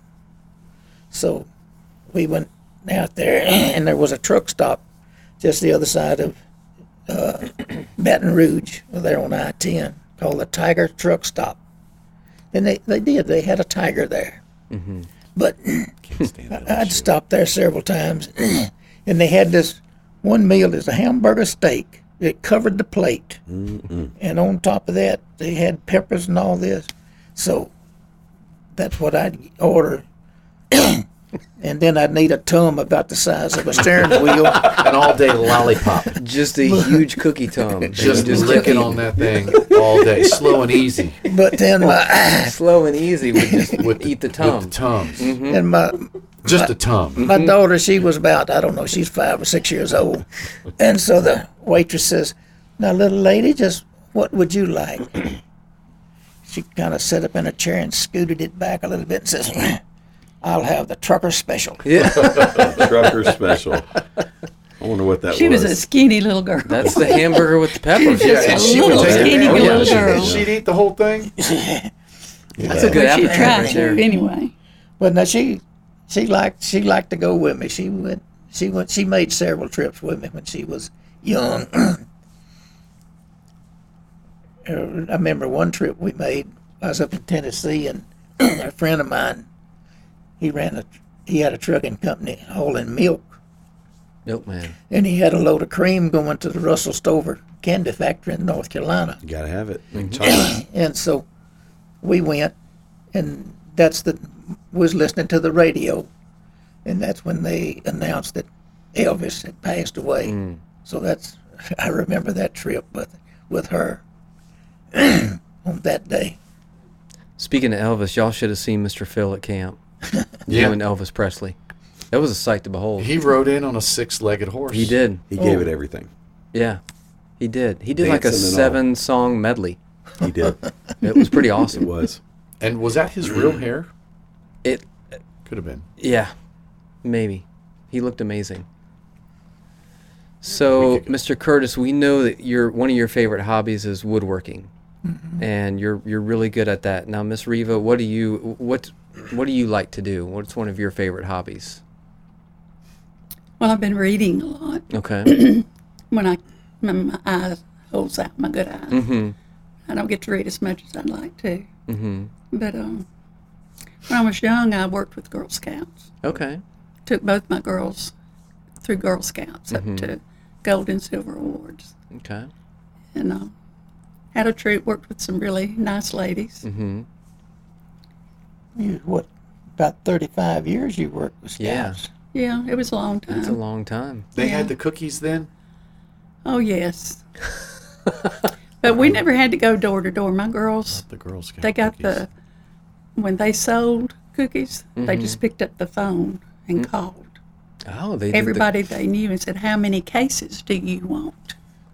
So we went out there, and there was a truck stop just the other side of uh, Baton Rouge, there on I 10, called the Tiger Truck Stop. And they, they did, they had a tiger there. But
Can't stand that.
I'd stopped there several times, and they had this one meal is a hamburger steak. It covered the plate, and on top of that, they had peppers and all this. So that's what I'd order, and then I'd need a tum about the size of a steering wheel.
An all-day lollipop,
Just a huge cookie tongue.
just licking on that thing all day, slow and easy
But then my
Slow and easy would just
with the,
eat the
with
tongue.
the tums,
and my
just a tum.
my daughter, she was about I don't know, she's five or six years old, and so the waitress says, "Now, little lady, just what would you like?" She kind of sat up in a chair and scooted it back a little bit and says, "I'll have the trucker special."
yeah.
Trucker special. I wonder what that
She
was.
was a skinny little girl.
That's the hamburger with the peppers.
Yeah, and she would
Little
take
skinny
it. Oh, yeah,
little
she-
girl.
She'd eat the whole thing.
That's a good
But she
appetizer
tried
right
to
there.
anyway.
But now she, she liked she liked to go with me. She went she went she made several trips with me when she was young. Uh, I remember one trip we made. I was up in Tennessee, and a friend of mine, he ran a he had a trucking company hauling milk,
Nope, man.
and he had a load of cream going to the Russell Stover candy factory in North Carolina.
You gotta have it.
And so we went, and that's the was listening to the radio, and that's when they announced that Elvis had passed away.
Mm.
So that's I remember that trip with with her on that day.
Speaking of Elvis, y'all should have seen Mr. Phil at camp.
Yeah.
You and Elvis Presley. That was a sight to behold.
He rode in on a six-legged horse.
He did.
He gave it everything.
Yeah. He did. He did like a
Dancing and all.
seven song medley.
He did.
It was pretty
It
awesome.
was.
And was that his real hair?
It
Could have been.
Yeah, maybe. He looked amazing. So, Mr. Curtis, we know that your one of your favorite hobbies is woodworking.
Mm-hmm.
and you're you're really good at that. Now, Miss Riva, what do you what what do you like to do? What's one of your favorite hobbies?
Well, I've been reading a lot.
Okay.
when I when my eyes holds out my good eye. I don't get to read as much as I'd like to. mm But um, when I was young, I worked with Girl Scouts.
okay.
Took both my girls through Girl Scouts up to gold and silver awards,
Okay.
and um, had a troop. Worked with some really nice
Mm.
ladies.
Mm-hmm.
You, what, about 35 years you worked with
Yeah.
scouts?
Yeah, it was a long time.
It's a long time.
They had the cookies then.
oh yes. But we never had to go door to door. My girls
The Girl Scout.
they got
cookies.
the when they sold cookies they just picked up the phone and called
Oh, Mm-hmm. Mm. they did the-
everybody they knew and said how many cases do you want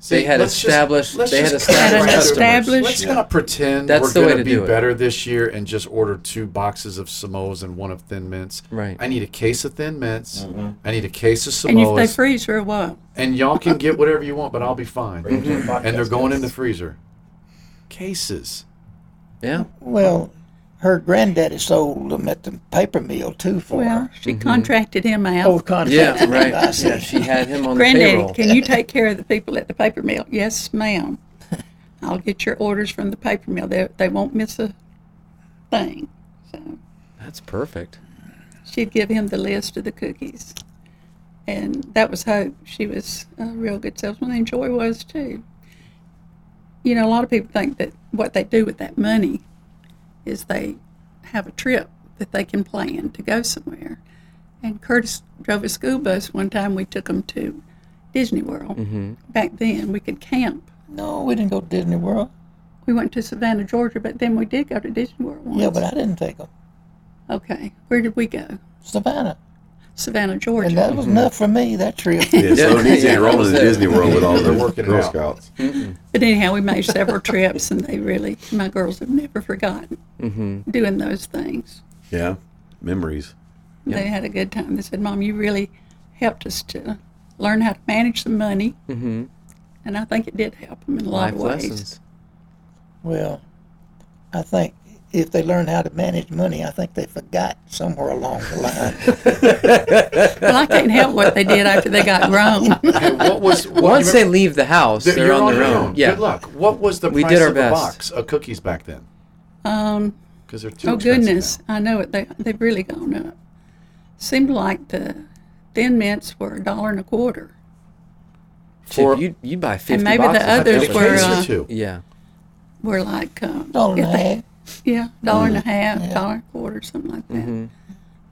See,
They had
let's just-
established-
let's
they had
just
established
cut right
customers.
through it.
Established-
Let's not pretend
That's
we're
the way
going
to
to
do it.
be better this year and just order two boxes of Samoas and one of Thin Mints.
Right.
I need a case of Thin Mints. I need a case of
and if they
Samoas. And,
freeze for a while
y'all can get whatever you want, but I'll be fine.
podcast
And they're going in the freezer. Cases.
yeah.
Well, her granddaddy sold them at the paper mill too for
well
her.
she
Mm-hmm.
contracted him out
Old contract.
Yeah, right.
I see.
Yeah, she had him on Oh, the
granddaddy
payroll.
can you take care of the people at the paper mill yes ma'am i'll get your orders from the paper mill they, they won't miss a thing so
That's perfect.
she'd give him the list of the cookies. And that was Hope. She was a real good salesman, and Joy was too. You know, a lot of people think that what they do with that money is they have a trip that they can plan to go somewhere. And Curtis drove a school bus one time. We took him to Disney World. Back then, we could camp.
No, we didn't go to Disney World.
We went to Savannah, Georgia, but then we did go to Disney World once.
Yeah, but I didn't take them.
okay, where did we go?
Savannah.
Savannah, Georgia.
And that was enough for me, that trip.
Yeah, so
Yeah.
it needs to
Yeah.
enroll in
Yeah.
Disney World with all
They're
the
working it
Girl
out.
Scouts.
But anyhow, we made several trips, and they really, my girls have never forgotten
Mm-hmm.
doing those things.
Yeah, memories.
They had a good time. They said, Mom, you really helped us to learn how to manage the money. Mm-hmm. And I think it did help them in a
Life
lot of ways.
lessons.
Well, I think if they learned how to manage money, I think they forgot somewhere along the line.
Well, I can't help what they did after they got grown.
Hey, what was what,
Once
you
they
remember-
leave the house,
They're-
they're,
you're
on, their own. Yeah.
Good luck. What was the
We
price
did our
of
best.
a box of cookies back then?
Um,
Because they're too
oh,
expensive
goodness.
now.
I know it. They, they've really gone up. Seemed like the thin mints were a dollar and a quarter.
For you, you buy fifty
maybe the
boxes.
others
That's
A
what it
were,
case
is.
uh,
or two.
Yeah.
Were like um,
Dollar and
if
a
they-
half.
Yeah, dollar and a half, dollar and a quarter, something like that.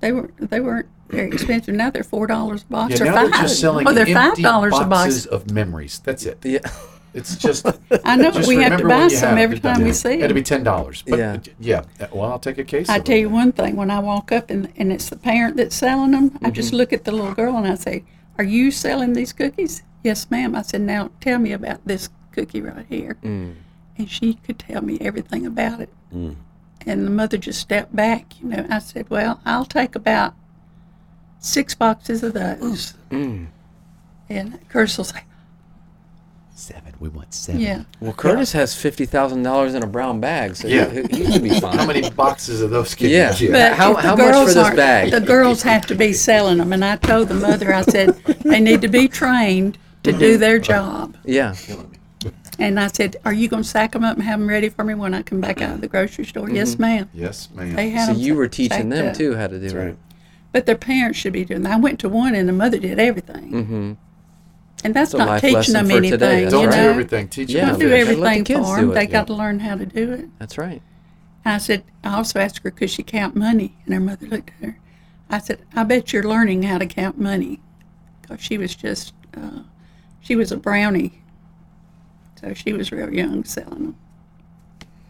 They were they weren't very expensive. Now they're four dollars a box
Yeah,
or
now
five.
they're just selling
oh, they're
empty
five dollars a
boxes
box.
of memories. That's it.
Yeah.
It's just.
I know but
just
we have to
remember
buy
what you
some
have.
every time we
Yeah.
see
It'd be
them.
ten dollars. But
Yeah.
yeah. yeah. Well, I'll take a case.
I
of
tell
it.
you one thing: when I walk up and and it's the parent that's selling them, I just look at the little girl and I say, "Are you selling these cookies?" "Yes, ma'am." I said, "Now tell me about this cookie right here," and she could tell me everything about it. And the mother just stepped back. You know, I said, "Well, I'll take about six boxes of those." And Curtis will say,
Seven. We want seven.
"Yeah."
Well, Curtis has fifty thousand dollars in a brown bag, so
Yeah.
he, he should be fine.
How many boxes of those can
Yeah.
you get?
But
How-
if the
how much for
girls
this
aren't-
bag?
The girls have to be selling them, and I told the mother, I said, they need to be trained to do their job.
Yeah.
And I said, are you going to sack them up and have them ready for me when I come back out of the grocery store? Yes, ma'am.
Yes, ma'am.
They had
Mm-hmm. So
'em
you were
sacked
teaching them
up.
too how to do it.
But their parents should be doing that. I went to one, and the mother did everything. And that's
Mm-hmm. It's a
not
life
teaching
lesson
them
for today,
anything.
that's
you
Don't do
know?
everything. Teach
Yeah.
them.
Don't
to
do
fish.
Let the
everything
kids
for
do
them.
it,
They
yeah.
got to learn how to do it.
That's right.
And I said, I also asked her, could she count money? And her mother looked at her. I said, I bet you're learning how to count money. Because she was just, uh, she was a brownie. So she was real young selling them.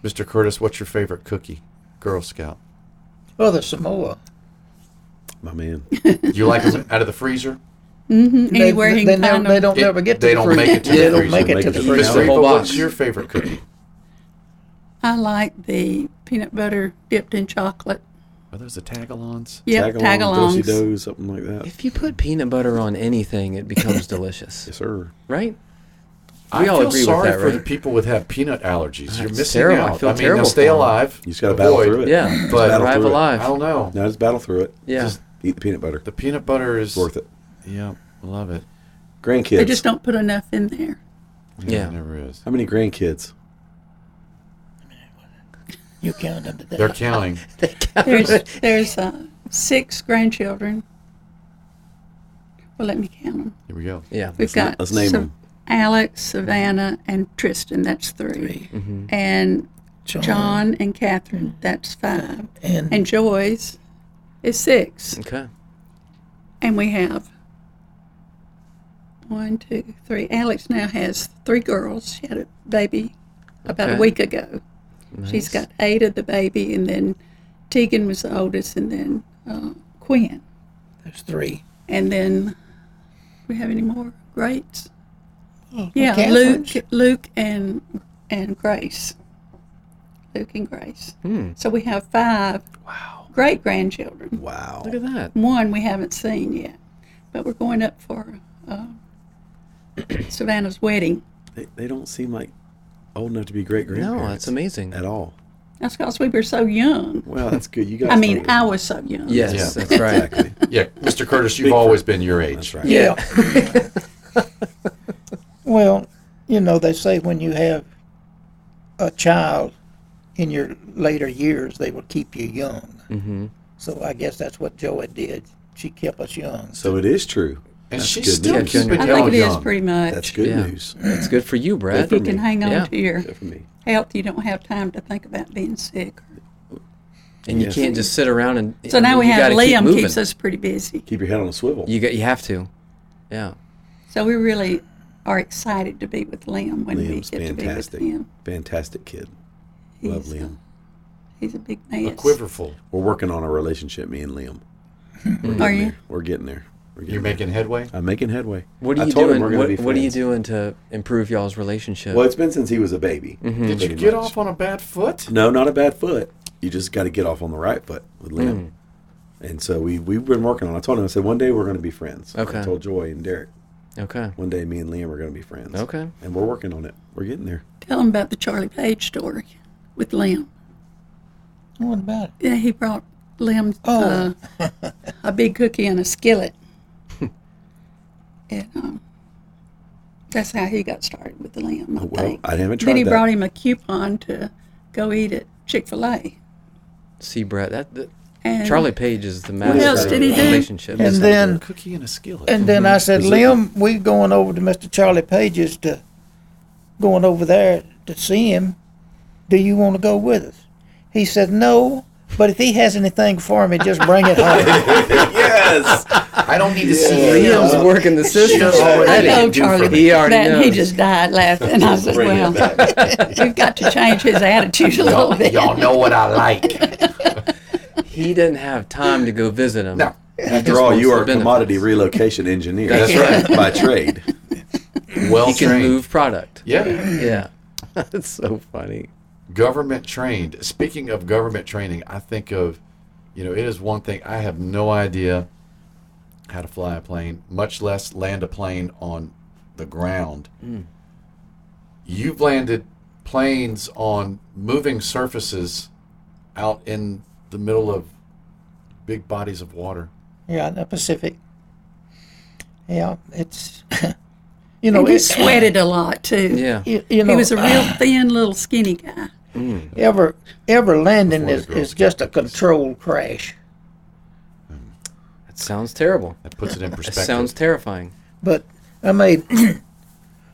Mr. Curtis, what's your favorite cookie? Girl Scout.
Well, the Samoa.
My man.
You like them out of the freezer?
Anywhere
they,
he
they
can
never,
find
They
them.
don't
It-
ever get
they
to the
don't
free-
make it to
They
the
don't
freezer.
make it
Make
to
it
the
to the
free-
freezer.
Mr.
whole
Eagle,
box.
what's your favorite cookie?
I like the peanut butter dipped in chocolate.
Are those the tagalongs?
Yep,
Dosey
tagalongs.
Does, something like that.
If you put peanut butter on anything, it becomes delicious,
Yes, sir.
right?
I
all
feel
agree with
sorry
that,
for the
right?
people that have peanut allergies. You're
It's
missing
terrible. I
out.
feel
I, mean,
terrible
now stay
for 'em.
alive.
You just got to battle
avoid-
through it.
Yeah,
But-
Battle
arrive
through it.
I
alive.
don't know.
No, just battle through it.
Yeah.
Just eat the peanut butter.
The peanut butter is
It's worth it.
Yeah, love it.
Grandkids.
They just don't put enough in there.
Yeah.
it never is.
How many grandkids?
You count them today.
They're counting.
There's there's uh, six grandchildren. Well, let me count them.
Here we go.
Yeah.
We've got
let's name
Sav-
'em.
Alex, Savannah, and Tristan. That's 3
Mm-hmm.
And John. and Catherine. That's five.
And-
and Joyce is six.
Okay.
And we have one, two, three. Alex now has three girls. She had a baby about
Okay.
a week ago. She's got eight of the baby, and then Tegan was the oldest, and then uh, Quinn.
There's three.
And then we have any more greats? yeah,
Catherine's.
Luke, Luke, and and Grace. Luke and Grace.
Hmm.
So we have five great grandchildren.
Wow.
Look at that.
One we haven't seen yet, but we're going up for uh, Savannah's wedding.
They, they don't seem like old enough to be great grandparents.
No, that's amazing.
At all.
That's because we were so young.
Well, that's good. You guys.
I mean,
don't-
I was so young.
Yes,
Yeah.
that's right.
Exactly.
Yeah, Mr. Curtis, you've always been your age.
That's right.
Yeah. well, you know, they say when you have a child in your later years, they will keep you young. Mm-hmm. So I guess that's what Joey did. She kept us young.
So it is true.
And
That's
she's
good
still
news.
keeping
I
y'all
think it is
young.
pretty much.
That's good
Yeah.
news.
It's good for you, Brad.
if you can hang on
Yeah.
to your
Good for me.
health, you don't have time to think about being sick.
And you
Yes.
can't just sit around and.
So now
you
we have
gotta keep
Liam
moving.
keeps us pretty busy.
Keep your head on a swivel.
You got. You have to. Yeah.
So we really are excited to be with Liam when we
Liam's
get to
fantastic.
be with him.
Fantastic kid.
He's, uh,
Love Liam.
He's a big man.
A quiverful.
We're working on a relationship, me and Liam.
Are you?
We're getting there. We're getting
You're
there.
making headway.
I'm making headway.
What are
I
you
told him
doing?
we're gonna
What,
be
what are you
friends.
doing to improve y'all's relationship?
Well, it's been since he was a baby.
Mm-hmm.
Did you
pretty
get
much.
off on a bad foot?
No, not a bad foot. You just got to get off on the right foot with
Hmm.
Liam. And so we we've been working on. it. I told him I said one day we're going to be friends.
Okay.
I told Joy and Derek
Okay.
one day me and Liam are going to be friends.
Okay.
And we're working on it. We're getting there.
Tell him about the Charlie Page story with Liam.
What about it?
Yeah, he brought Liam
Oh.
uh, a big cookie and a skillet. and um, that's how he got started with Liam, I
Oh, well,
think.
I haven't tried
then he
that.
brought him a coupon to go eat at Chick-fil-A.
See, Brad. That, that
And
Charlie Page is the master.
What else
of
did he do?
Relationships.
And then
Cookie and a skillet.
And then I said, Liam, we going over to Mr. Charlie Page's to going over there to see him. Do you want to go with us? He said, No, but if he has anything for me, just bring it home.
yes.
I don't need to see Liam.
Liam's working the system
I
already.
know Charlie.
He already
that, and he
knows.
just died laughing. I said,
Bring it
"Well, you've got to change his attitude a little
Y'all,
bit."
y'all know what I like.
He didn't have time to go visit him.
No.
After all,
wants
you
the
are a
benefits.
commodity relocation engineer.
That's right.
by trade.
Well
He can
trained.
move product.
Yeah.
Yeah. That's so funny.
government trained. Speaking of government training, I think of, you know, it is one thing. I have no idea how to fly a plane, much less land a plane on the ground.
Mm.
You've landed planes on moving surfaces out in the middle of big bodies of water.
yeah, in the Pacific. Yeah, it's, you know,
And he
it,
sweated a lot too.
Yeah.
you, you know,
He
uh,
was a real thin little skinny guy.
ever, ever landing
Before the
is,
girls
is just a controlled crash.
That sounds terrible.
That puts it in
That
perspective.
sounds terrifying.
But I made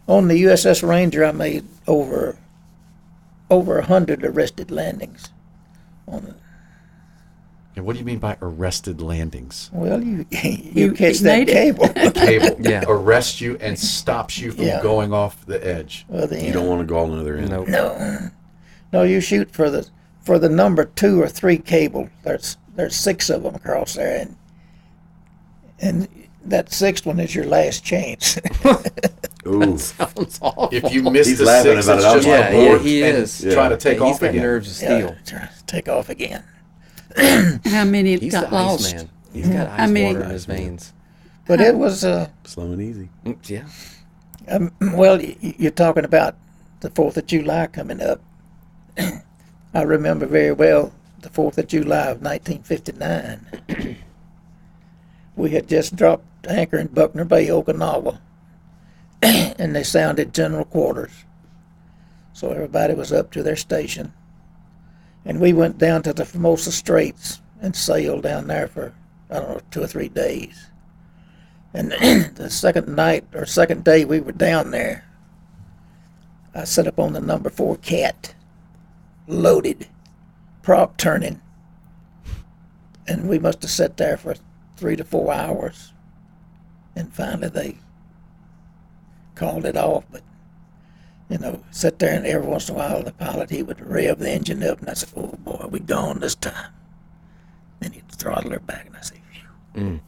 on the USS Ranger. I made over over a hundred arrested landings. On the,
and what do you mean by arrested landings?
well, you you,
You-
catch
you
that
made it.
cable.
Cable
Yeah.
arrests you and stops you from
Yeah.
going off the edge.
well, then,
You don't want to go on another end.
Nope.
no, no. You shoot for the for the number two or three cable. There's there's six of them across there, and and that sixth one is your last chance.
Ooh.
Sounds awful.
If you miss
He's
the
laughing
six,
about
it's
it. I'm
just
like,
abort
Yeah, yeah, he
and
is.
trying to
Yeah.
take
Yeah, he's
off
got
again.
nerves of steel.
Take off again.
How many
He's
got
the
lost?
ice man. He's got ice
mean-
water in his veins.
But it was uh,
Slow and easy.
Mm, Yeah.
Um, well, y- y- you're talking about the Fourth of July coming up. I remember very well the Fourth of July of 1959. we had just dropped anchor in Buckner Bay, Okinawa, and they sounded general quarters. So everybody was up to their station, and we went down to the Formosa Straits and sailed down there for I don't know two or three days. And the second night or second day we were down there, I set up on the number four cat, loaded, prop turning. And we must have sat there for three to four hours. And finally they called it off. But, you know, sat there and every once in a while the pilot, he would rev the engine up. And I said, oh boy, we gone this time. Then he'd throttle her back. And I said, phew.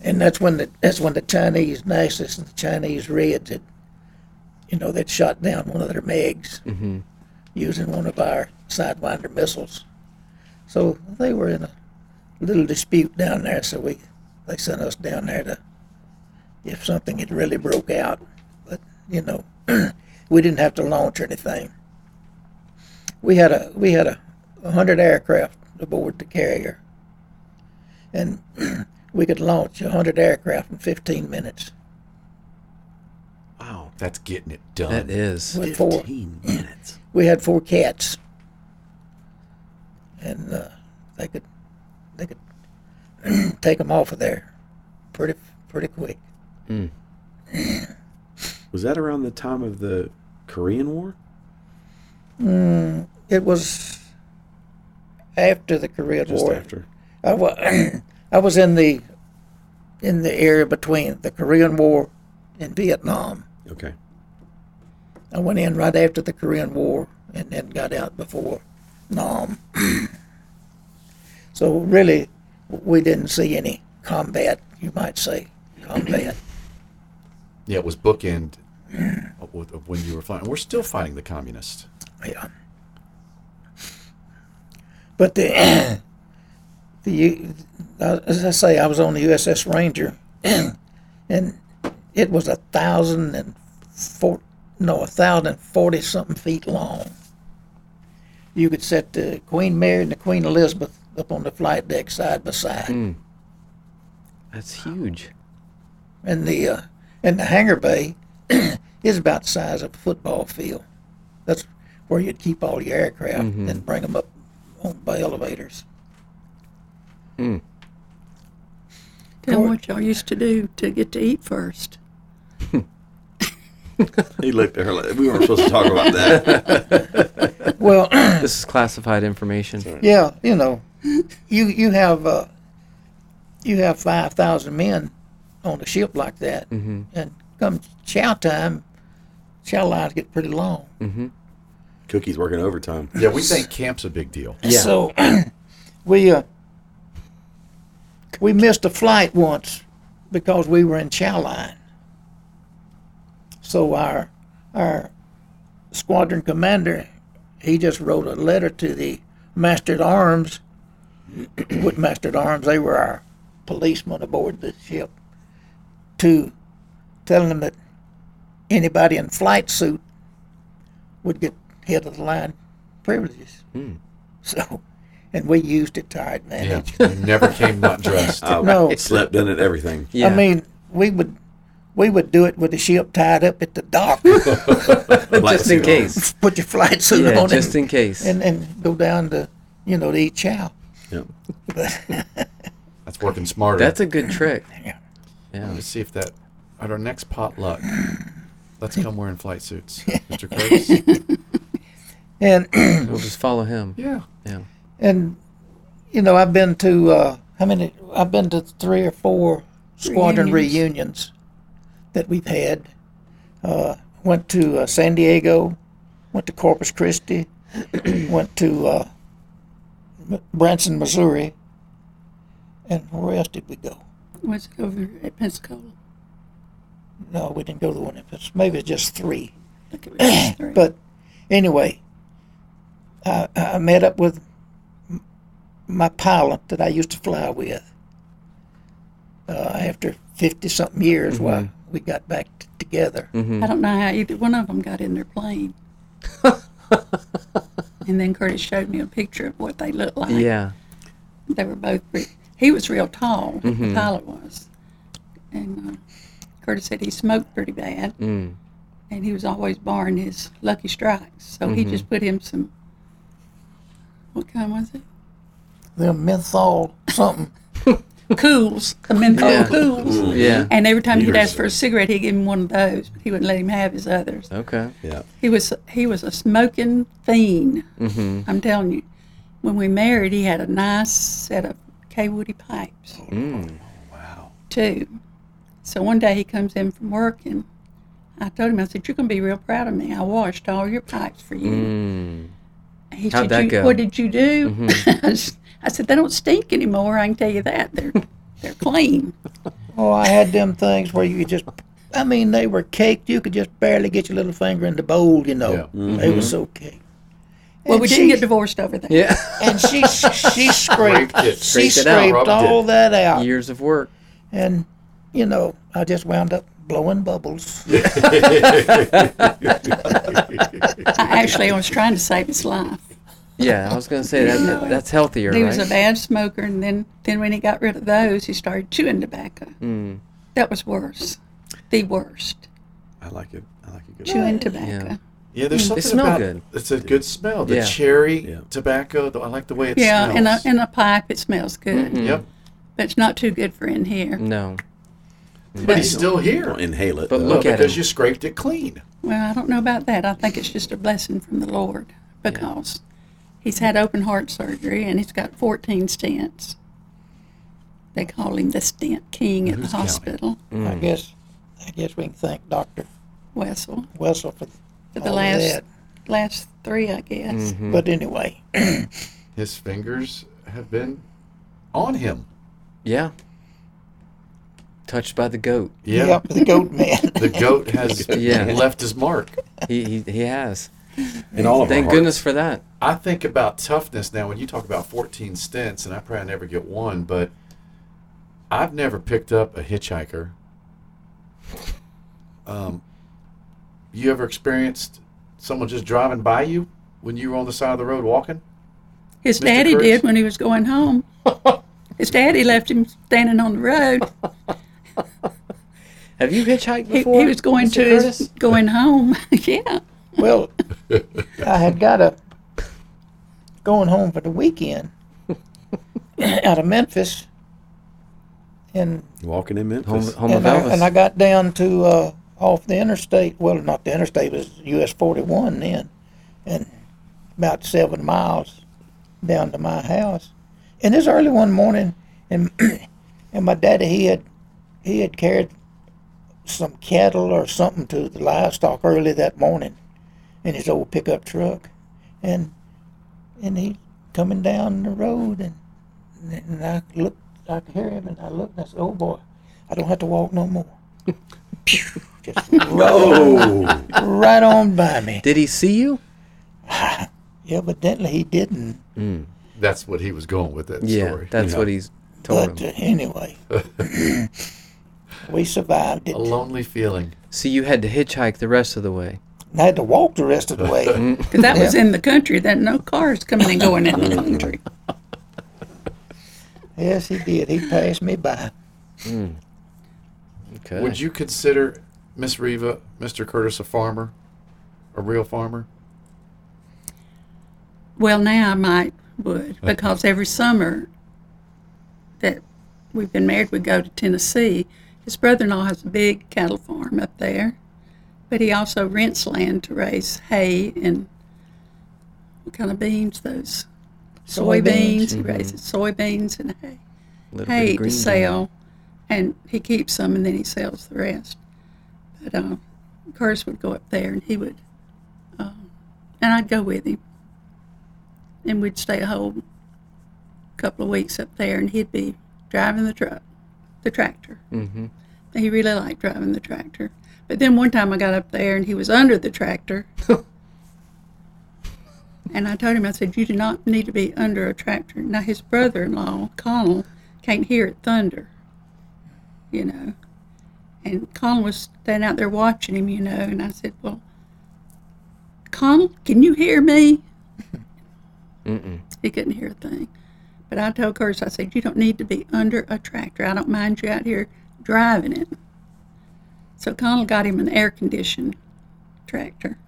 And that's when the that's when the Chinese nationalists and the Chinese Reds had, you know, they'd shot down one of their MiGs using one of our Sidewinder missiles. So they were in a little dispute down there. So we they sent us down there to if something had really broke out. But you know, we didn't have to launch or anything. We had a we had a, a hundred aircraft aboard the carrier, and we could launch 100 aircraft in 15 minutes
Wow, that's getting it done.
That is.
with four.
minutes.
We had four cats, and uh, they could they could take them off of there pretty pretty quick.
Was that around the time of the Korean War?
It was after the Korean
Just
War.
after.
I was I was in the in the area between the Korean War and Vietnam.
Okay.
I went in right after the Korean War and then got out before Nam. so really, we didn't see any combat, you might say, combat.
Yeah, it was bookend of- of when you were flying. We're still fighting the communists.
yeah. But the the U- as I say, I was on the USS Ranger, and it was a thousand and four no a thousand and forty something feet long. You could set the Queen Mary and the Queen Elizabeth up on the flight deck side by side,
That's huge.
and the uh, and the hangar bay is about the size of a football field. That's where you'd keep all your aircraft and bring them up on by elevators.
Tell them what y'all used to do to get to eat first.
He looked at her like, we weren't supposed to talk about that.
Well,
This is classified information.
yeah, you know, you you have uh, you have five thousand men on a ship like that, Mm-hmm. and come chow time, chow lines get pretty long.
Cookie's working overtime.
Yeah, we think camp's a big deal.
Yeah.
So we uh, we missed a flight once because we were in chow line. So our our squadron commander he just wrote a letter to the master at arms. With master at arms, they were our policemen aboard the ship. To telling them that anybody in flight suit would get head of the line privileges. So, and we used it to our
Yeah,
advantage.
you never came not dressed.
I
No,
Uh, slept in it, everything.
Yeah.
I mean we would we would do it with the ship tied up at the dock.
just in case.
Put your flight suit
Yeah,
on
just
and,
in case.
and and go down to you know to eat chow.
Yeah.
That's working smarter.
That's a good trick.
Let's see if that at our next potluck. Let's come wearing flight suits, Mr. Curtis.
And
We'll just follow him.
Yeah,
Yeah.
and you know I've been to uh, how many? I've been to three or four squadron
Reunions.
reunions that we've had. Uh, went to uh, San Diego, went to Corpus Christi, went to uh, M- Branson, Missouri, and where else did we go?
Was it over at Pensacola?
No, we didn't go to one. of us. Maybe it's just three.
I think it was just three.
But anyway, I, I met up with m- my pilot
Mm-hmm.
that I used to fly with uh, after 50 something years. Why, we got back t- together.
Mm-hmm.
I don't know how either one of them got in their plane. and then Curtis showed me a picture of what they looked like.
Yeah.
They were both. Re- he was real tall. The pilot was, and uh, Curtis said he smoked pretty bad, and he was always barring his Lucky Strikes. So he just put him some. What kind was it?
Mm-hmm.
The menthol something.
Cools, a menthol
Yeah.
cools.
Yeah.
And every time he'd
Meters.
ask for a cigarette, he'd give him one of those, but he wouldn't let him have his others.
Okay.
Yeah.
He was he was a smoking fiend.
Mm-hmm.
I'm telling you. When we married, he had a nice set of K Woody pipes.
Mm. Oh,
wow. Two. So one day he comes in from work and I told him, I said, You're gonna be real proud of me. I washed all your pipes for you. He
Mm. How'd
said,
that
you,
go? Mm-hmm.
What did you do? I s- I said, They don't stink anymore, I can tell you that. They're they're clean.
Oh, I had them things where you could just, I mean, they were caked. You could just barely get your little finger in the bowl, you know.
Yeah.
They were so caked.
Well,
And
we didn't
she-
get divorced over that.
Yeah.
And she she scraped,
Scraped it.
she
Scraped it out.
scraped
Rubbed
all
it.
that out.
Years of work.
And, you know, I just wound up blowing bubbles.
I actually I was trying to save his life.
Yeah. I was gonna say that, that- that's healthier,
He
right?
was a bad smoker, and then, then when he got rid of those, he started chewing tobacco. That was worse, the worst,
I like it. I like it. Good.
chewing tobacco.
Yeah, there's something
smell
about
good.
It's a good smell. The
Yeah.
cherry
Yeah.
tobacco. though, I like the way it
Yeah, in a
smells. Mm-hmm.
in a pipe, it smells good,
yep.
but it's not too good for in here.
no. Mm.
But he's still here.
Don't inhale it.
But
though.
look at
because
him.
you scraped it clean.
Well, I don't know about that. I think it's just a blessing from the Lord because he's had open heart surgery and he's got 14 stents. They call him the stent king at the hospital,
I guess I guess we can thank Dr.
Wessel,
Wessel for,
for the
all
last
that.
last three, I guess.
But anyway,
His fingers have been on him.
Yeah. Touched by the goat.
Yeah.
yep, the goat man.
The goat has
Yeah.
left his mark.
He he, he has.
in all of
Thank
our hearts.
goodness for that.
I think about toughness now. When you talk about 14 stints, and I probably never get one, but I've never picked up a hitchhiker. Um, you ever experienced someone just driving by you when you were on the side of the road walking?
His
Mr.
daddy
Cruz?
did when he was going home. His daddy left him standing on the road.
Have you hitchhiked
He,
before?
he was going
Mr.
to
Curtis?
his going home. yeah.
Well, I had got a going home for the weekend out of Memphis, and
Walking in Memphis.
home, home of
and I,
Elvis.
and I got down to uh, off the interstate. Well, not the interstate it was US forty one then, and about seven miles down to my house. And this early one morning, and and my daddy he had he had carried some cattle or something to the livestock early that morning in his old pickup truck, and and he coming down the road and and I looked, I could hear him, and I looked, and I said, "Oh boy, I don't have to walk no more." Pew, Just
oh,
right on by me.
Did he see you?
Evidently, he didn't.
That's what he was going with that story.
that's what he's told
But
him.
uh, anyway, we survived it.
a lonely feeling.
So you had to hitchhike the rest of the way.
And I had to walk the rest of the way.
Because that was in the country. That no cars coming and going in the country.
yes, he did. He passed me by.
Okay.
Would you consider Miss Reva, Mr. Curtis, a farmer? A real farmer?
Well, now I might would because every summer that we've been married, we go to Tennessee. His brother-in-law has a big cattle farm up there, but he also rents land to raise hay and what kind of beans? Those soybeans.
Soybeans.
He raises soybeans and hay,
Little bit of
hay to
green
sell, and he keeps some and then he sells the rest. But uh, Curtis would go up there and he would, um, and I'd go with him, and we'd stay a whole couple of weeks up there, and he'd be driving the truck, the tractor. Mm-hmm. And he really liked driving the tractor. But then one time I got up there and he was under the tractor. and I told him, I said, You do not need to be under a tractor. Now, his brother in law, Connell, can't hear it thunder, you know. And Colin was standing out there watching him, you know. And I said, Well, Colin, can you hear me? He couldn't hear a thing. But I told Curtis, I said, You don't need to be under a tractor. I don't mind you out here driving it. So Colin got him an air conditioned tractor.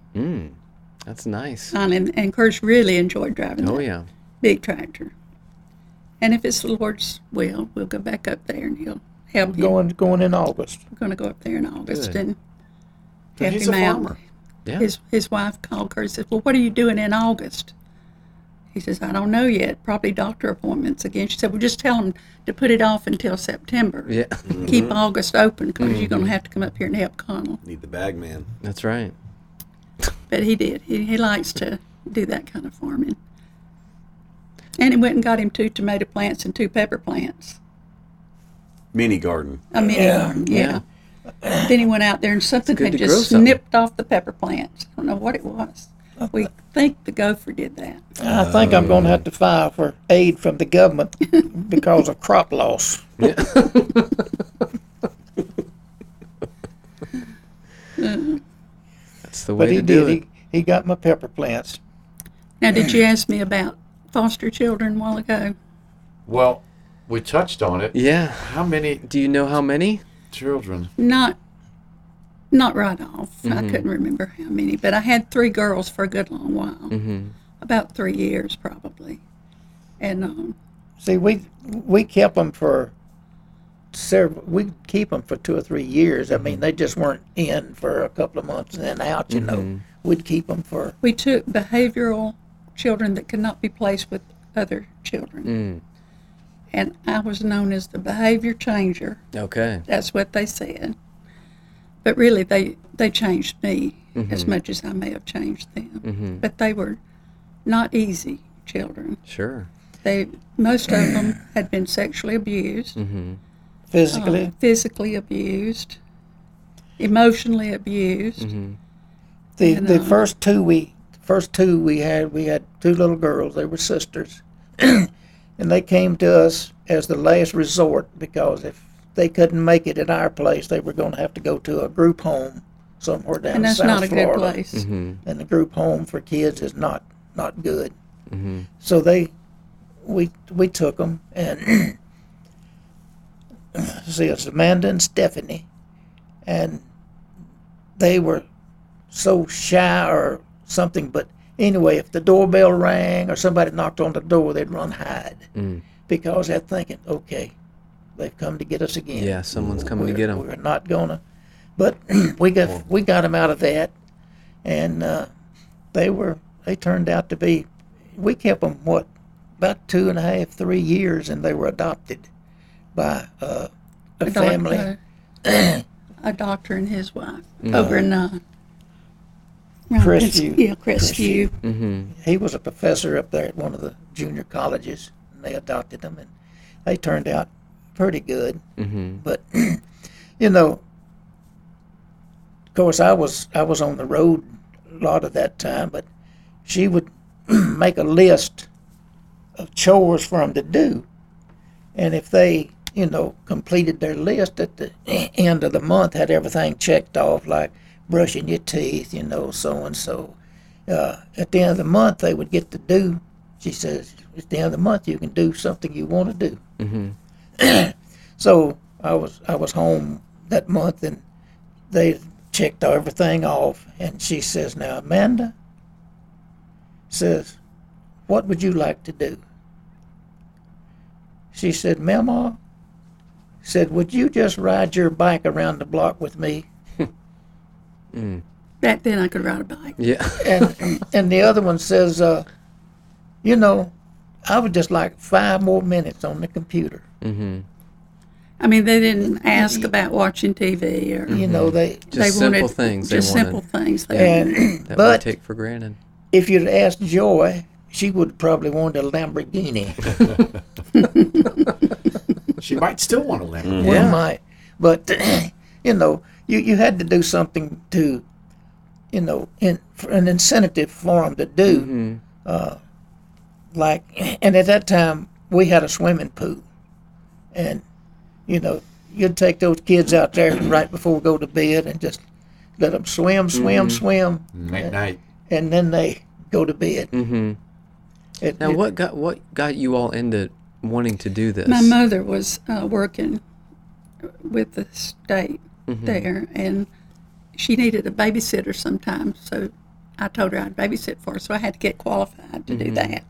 That's nice.
Colin and, and Curtis really enjoyed driving
Oh
that
yeah.
big tractor. And if it's the Lord's will, we'll go back up there and he'll help you.
Going going in August.
We're going to go up there in August
Good.
and
But
help
he's
him
a
out.
farmer.
Yeah.
His his wife called Kurt and said, Well, what are you doing in August? He says, I don't know yet. Probably doctor appointments again. She said, Well, just tell him to put it off until September.
yeah.
Keep August open because you're going to have to come up here and help Connell.
Need the bag man.
That's right.
But he did. He, he likes to do that kind of farming. And he went and got him two tomato plants and two pepper plants.
Mini garden.
I mean, yeah. Then he went out there and something
good
had
to grow
just
something.
snipped off the pepper plants. I don't know what it was. We think the gopher did that.
I think I'm going to
Mm.
have to file for aid from the government because of crop loss.
That's the way
But he
to do
did.
it.
He, he got my pepper plants.
Now, did you ask me about foster children a while ago?
Well, we touched on it.
Yeah.
How many
Do you know how many?
children?
Not, not right off. I
Mm-hmm.
couldn't remember how many, but I had three girls for a good long while,
Mm-hmm.
about three years probably, and um,
See, we we kept them for several. We keep them for two or three years. I mean, they just weren't in for a couple of months and then out. You know, we'd keep them for
we took behavioral children that could not be placed with other
Mm.
children, and I was known as the behavior changer.
Okay.
That's what they said, but really they they changed me as much as I may have changed them. But they were not easy children.
Sure.
They most of them had been sexually abused, uh,
physically.
Oh, physically abused, emotionally abused.
The the first two we first two we had we had two little girls. They were sisters, and they came to us as the last resort because if they couldn't make it at our place, they were going to have to go to a group home somewhere down
And that's
in South
not a good
Florida.
place.
And the group home for kids is not not good. So they we we took them and see it's Amanda and Stephanie, and they were so shy or something. But anyway, if the doorbell rang or somebody knocked on the door, they'd run hide because they're thinking, okay, they've come to get us again.
Yeah. Someone's coming
we're,
to get them.
We're not gonna. But we got we got them out of that, and uh, they were they turned out to be. We kept them what about two and a half, three years, and they were adopted by uh, a
A
family.
doctor, a doctor and his wife over in uh, around
Crestview.
Yeah, Crestview.
he was a professor up there at one of the junior colleges, and they adopted them, and they turned out pretty good. Mm-hmm. But you know, of course, I was I was on the road a lot of that time, but she would make a list of chores for them to do, and if they you know completed their list at the end of the month, had everything checked off like brushing your teeth, you know, so and so uh, at the end of the month they would get to do. She says, at the end of the month you can do something you want to do. Mm-hmm. so I was I was home that month and they checked everything off. And she says, now Amanda says, what would you like to do? She said, Mama, said, would you just ride your bike around the block with me?
Back then, I could ride a bike.
Yeah.
and and the other one says, uh, you know, I would just like five more minutes on the computer.
I mean, they didn't ask about watching TV or
You know, they
Mm-hmm. Just
they wanted
simple things. They
Just
wanted
simple things. They
and
that
but
we take for granted.
if you'd asked Joy, she would probably want a Lamborghini.
She might still want to live.
Mm-hmm.
Well, might, but you know, you you had to do something to, you know, in, for an incentive for them to do, uh, like, and at that time we had a swimming pool, and you know, you'd take those kids out there right before we go to bed and just let them swim, swim, swim,
Mm-hmm.
Night night.
and then they go to bed. Mm-hmm.
Now, what got what got you all into wanting to do this?
My mother was uh, working with the state there, and she needed a babysitter sometimes. So I told her I'd babysit for her. So I had to get qualified to do that.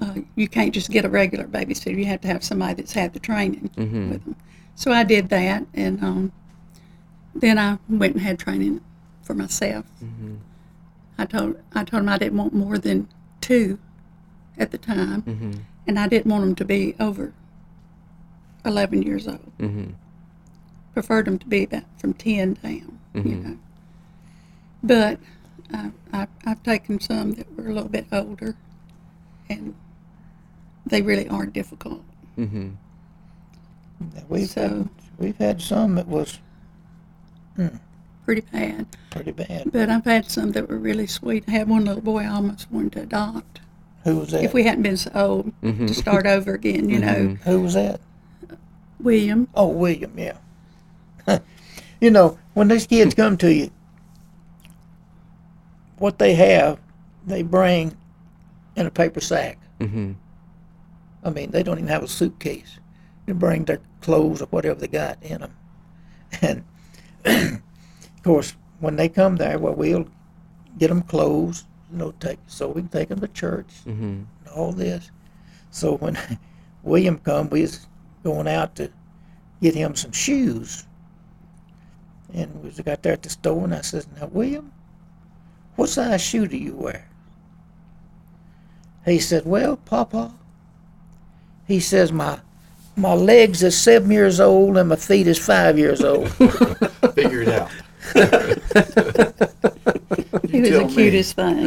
Uh, you can't just get a regular babysitter. You have to have somebody that's had the training with them. So I did that, and um, then I went and had training for myself. I told I told him I didn't want more than two at the time, and I didn't want them to be over eleven years old. Preferred them to be about from ten down, you know. But I, I, I've taken some that were a little bit older, and they really are difficult.
We've
So-
had, we've had some that was
Pretty bad.
pretty bad.
But I've had some that were really sweet. I had one little boy I almost wanted to adopt.
Who was that?
If we hadn't been so old to start over again, you know,
Who was that?
William.
Oh, William, yeah. you know, when these kids come to you, what they have, they bring in a paper sack. Mm-hmm. I mean, they don't even have a suitcase. They bring their clothes or whatever they got in them. And of course, when they come there, well, we'll get them clothes, you know, take so we can take them to church and all this. So when William come, we was going out to get him some shoes. And we was- got there at the store, and I says, "Now, William, what size shoe do you wear?" He said, "Well, Papa," he says, "my my legs is seven years old and my feet is five years old."
Figure it out.
He was
tell
the
me.
cutest thing.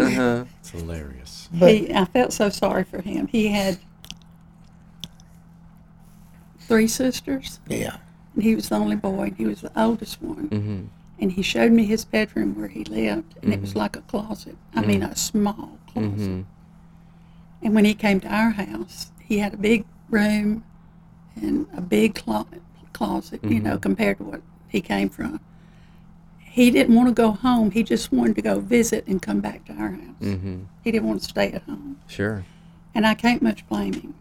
It's hilarious.
He, I felt so sorry for him. He had three sisters,
yeah,
and he was the only boy, and he was the oldest one. And he showed me his bedroom where he lived, and it was like a closet. I mean, a small closet. And when he came to our house, he had a big room and a big clo- closet, you know, compared to what he came from. He didn't want to go home. He just wanted to go visit and come back to our house. He didn't want to stay at home.
Sure.
And I can't much blame him.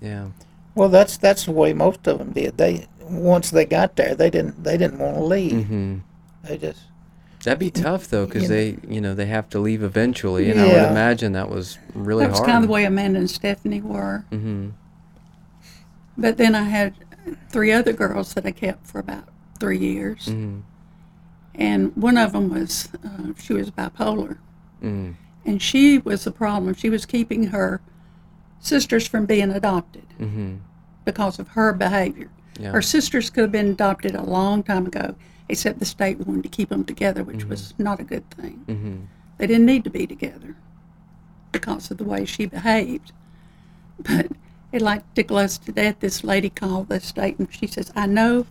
Yeah.
well, that's that's the way most of them did. They once they got there, they didn't they didn't want to leave.
Mm-hmm.
They just
That'd be tough though, because they, you know, they have to leave eventually, and I would
Yeah.
imagine that was really
That was
hard.
kind of the way Amanda and Stephanie were. Mm-hmm. But then I had three other girls that I kept for about three years,
Mm-hmm.
and one of them was uh, she was bipolar,
Mm.
and she was the problem. She was keeping her sisters from being adopted because of her behavior. Her sisters could have been adopted a long time ago, except the state wanted to keep them together, which was not a good thing. They didn't need to be together because of the way she behaved. But it like tickled us to death. This lady called the state and she says, I know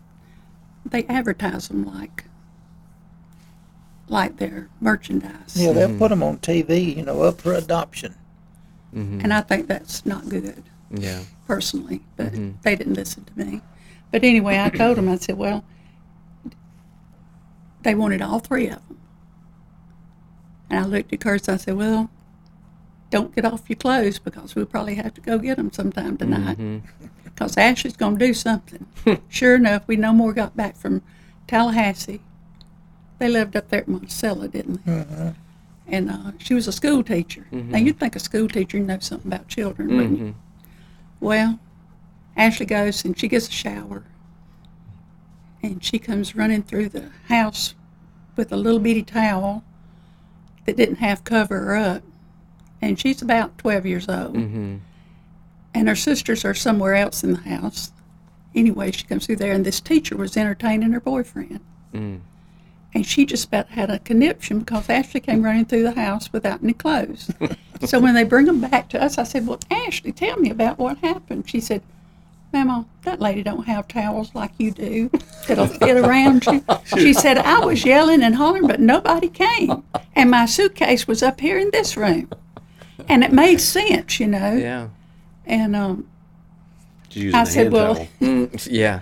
they advertise them like like their merchandise.
yeah
Mm-hmm.
they'll put them on TV, you know, up for adoption.
And I think that's not good
yeah.
personally, but they didn't listen to me. But anyway, I told them, I said, well, they wanted all three of them. And I looked at Curtis, I said, well, don't get off your clothes because we'll probably have to go get them sometime tonight. Because Ashley's going to do something. sure enough, we no more got back from Tallahassee. They lived up there at Monticello, didn't they? And uh, she was a school teacher. Now, you'd think a school teacher knew something about children, wouldn't you? Well, Ashley goes and she gets a shower. And she comes running through the house with a little bitty towel that didn't half cover her up. And she's about 12 years old. And her sisters are somewhere else in the house. Anyway, she comes through there, and this teacher was entertaining her boyfriend. And she just about had a conniption because Ashley came running through the house without any clothes. so when they bring them back to us, I said, "Well, Ashley, tell me about what happened." She said, "Mama, that lady don't have towels like you do that'll fit around you." She said, "I was yelling and hollering, but nobody came, and my suitcase was up here in this room, and it made sense, you know."
Yeah.
And um,
Just using
I
the
said,
hand
"Well,
towel.
Mm, yeah.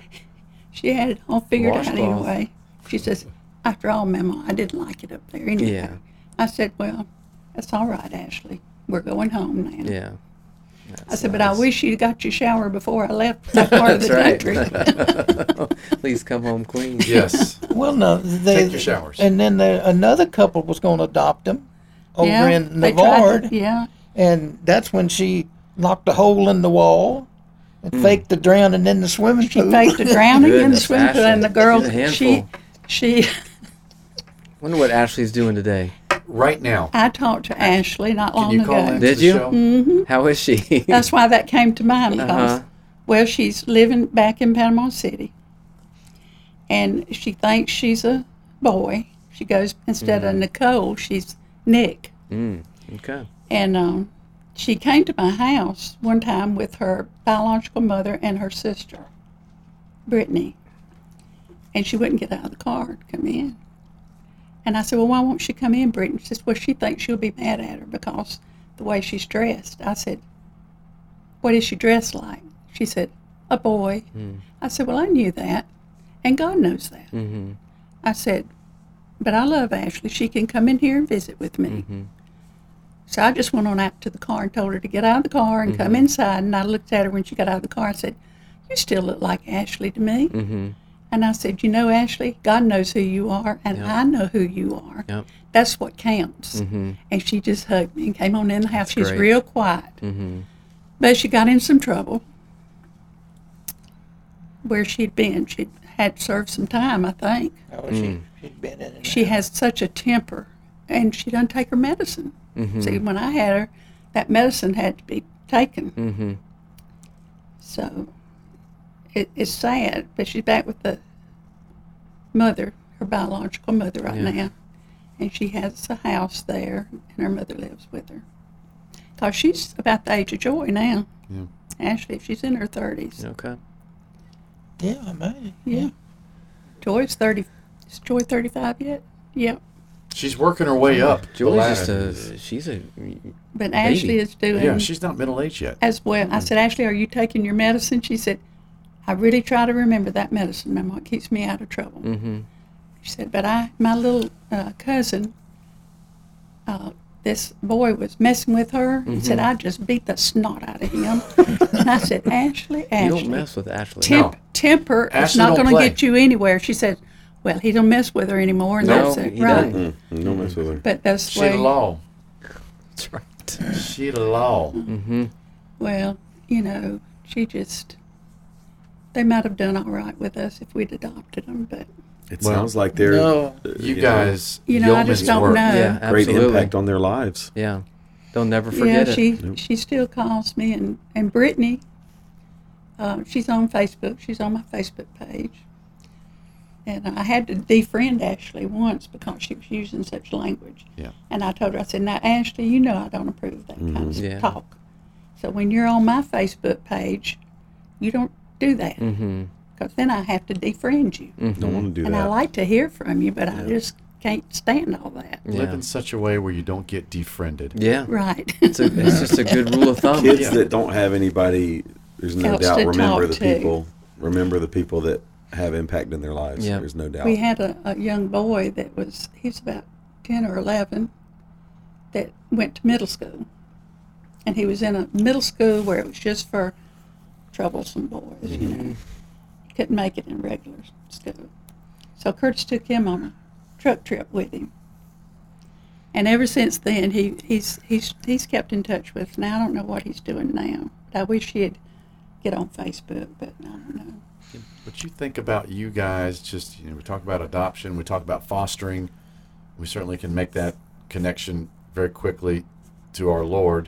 She had it all figured out
Washcloth.
anyway. She says, after all, Mama, I didn't like it up there anyway.
Yeah.
I said, well, that's all right, Ashley. We're going home now.
Yeah.
I said, but I wish you'd got your shower before I left that part of the
That's
country.
Please come home clean.
Yes.
Well, no, they
Take your showers.
And then the, another couple was going to adopt them over
yeah,
in
they tried
Navard,
to- Yeah,
and that's when she knocked a hole in the wall and
Mm.
faked the drowning in the swimming
she
pool.
faked the drowning in the
Goodness,
swimming pool,
Ashley.
and the girl,
She's a
she, she,
Wonder what Ashley's doing today.
Right now.
I talked to Ashley not
Can
long
you call
ago.
in
Did
to
you?
the show?
Mm-hmm.
How is she?
That's why that came to mind because,
Uh-huh.
well, she's living back in Panama City, and she thinks she's a boy. She goes instead of Nicole, she's Nick,
okay.
and um, she came to my house one time with her biological mother and her sister, Brittany, and she wouldn't get out of the car to come in. And I said, Well, why won't she come in, Brittany? She says, Well, she thinks she'll be mad at her because the way she's dressed. I said, What is she dressed like? She said, A boy. I said, Well, I knew that, and God knows that. I said, But I love Ashley. She can come in here and visit with me. So I just went on out to the car and told her to get out of the car and come inside. And I looked at her when she got out of the car and said, You still look like Ashley to me. And I said, You know, Ashley, God knows who you are, and I know who you are.
Yep.
That's what counts. And she just hugged me and came on in the house. She's
great.
real quiet. But she got in some trouble where she'd been. She'd had served some time, I think.
Oh, she,
Mm.
she'd been in it.
She has such a temper, and she doesn't take her medicine.
Mm-hmm.
See, when I had her, that medicine had to be taken. Mm-hmm. So it, it's sad, but she's back with the mother, her biological mother, right now, and she has a house there, and her mother lives with her. Cause she's about the age of Joy now.
Yeah.
Ashley, she's in her thirties.
Okay.
Yeah, I mean,
Yeah. Joy's thirty. Is Joy thirty-five yet? Yep.
She's working her
Oh
way up. the
Julie's just
ladder.
a. She's a.
But Ashley is doing
Yeah, she's not middle aged yet.
as well.
Mm-hmm.
I said, Ashley, are you taking your medicine? She said, I really try to remember that medicine, Mama. It keeps me out of trouble. Mm-hmm. She said, but I, my little uh, cousin, uh, this boy was messing with her. He said,
Mm-hmm.
I just beat the snot out of him. and I said, Ashley,
You
Ashley,
don't mess with Ashley.
temp- temper is
Ashley
not
don't
going to
play."
get you anywhere. She said, well, he don't mess with her anymore. And
No,
that's it.
he
right.
doesn't.
Mm, No mess with her.
But that's
She
way,
the law.
That's right.
Uh,
She the law.
Mm-hmm.
Well, you know, she just, they might have done all right with us if we'd adopted them, but,
It
Well,
sounds like they're
no.
uh,
You
know,
guys,
you know, I
yeoman's
just don't
work.
know.
Yeah,
great
absolutely.
impact on their lives.
Yeah. They'll never
yeah,
forget it.
she, she still calls me, and, and Brittany, uh, she's on Facebook, she's on my Facebook page. And I had to defriend Ashley once because she was using such language.
Yeah.
And I told her, I said, now, Ashley, you know I don't approve of that kind of
Yeah.
talk. So when you're on my Facebook page, you don't do that. Because
Mm-hmm.
then I have to defriend you.
Don't want to do
And I
that.
like to hear from you, but I just can't stand all that.
Live in such a way where you don't get defriended.
Yeah.
Right.
It's, a, it's just a good rule of thumb.
Kids that don't have anybody, there's no
Helps
doubt.
to
Remember the
talk to.
people. Remember the people that have impact in their lives.
Yeah.
There's no doubt.
we had a, a young boy that was, he was about 10 or 11, that went to middle school. And he was in a middle school where it was just for troublesome boys, you
Mm-hmm.
know. Couldn't make it in regular school. So Curtis took him on a truck trip with him. And ever since then, he, he's, he's, he's kept in touch with. Now I don't know what he's doing now. I wish he'd get on Facebook, but I don't know.
But you think about you guys, just, you know, we talk about adoption, we talk about fostering. We certainly can make that connection very quickly to our Lord,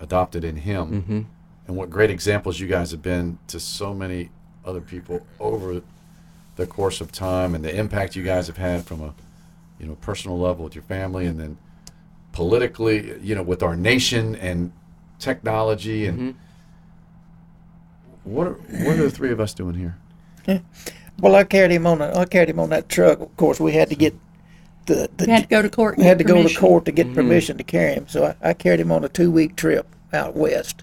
adopted in Him. And what great examples you guys have been to so many other people over the course of time and the impact you guys have had from a, you know, personal level with your family and then politically, you know, with our nation and technology and. What are, what are the three of us doing here?
Well, I carried him on. A, I carried him on that truck. Of course, we had to get the, the
We had to go to court. and
had to
get
go to
permission.
court to get permission to carry him. So I, I carried him on a two week trip out west.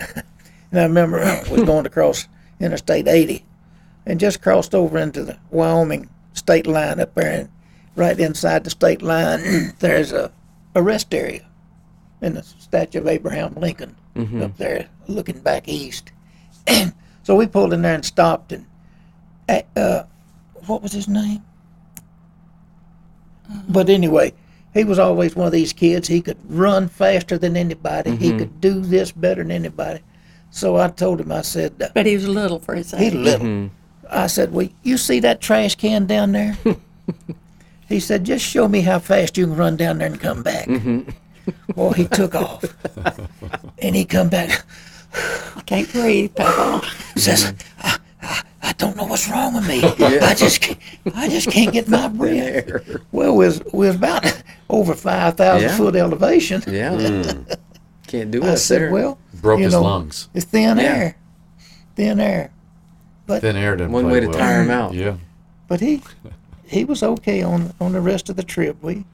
and I remember I was going across Interstate 80, and just crossed over into the Wyoming state line up there, and right inside the state line, there's a, a rest area and the statue of Abraham Lincoln up there, looking back east. so we pulled in there and stopped, and uh, uh, what was his name? But anyway, he was always one of these kids. He could run faster than anybody. He could do this better than anybody. So I told him, I said, uh,
But he was little for his age.
he little. I said, Well, you see that trash can down there? he said, Just show me how fast you can run down there and come back. well, he took off. and he come back
I can't breathe, Papa.
says, I, I, I don't know what's wrong with me. I just can't, I just can't get my breath. Well, we was, we was about over 5,000
Yeah.
foot elevation.
Yeah.
Hmm.
Can't do it.
I
up
said,
there.
well,
Broke
you
his
know,
lungs.
It's thin
Yeah.
air, thin air.
Thin air didn't
One
play
way to
well.
tire him out.
Yeah.
But he he was okay on on the rest of the trip. We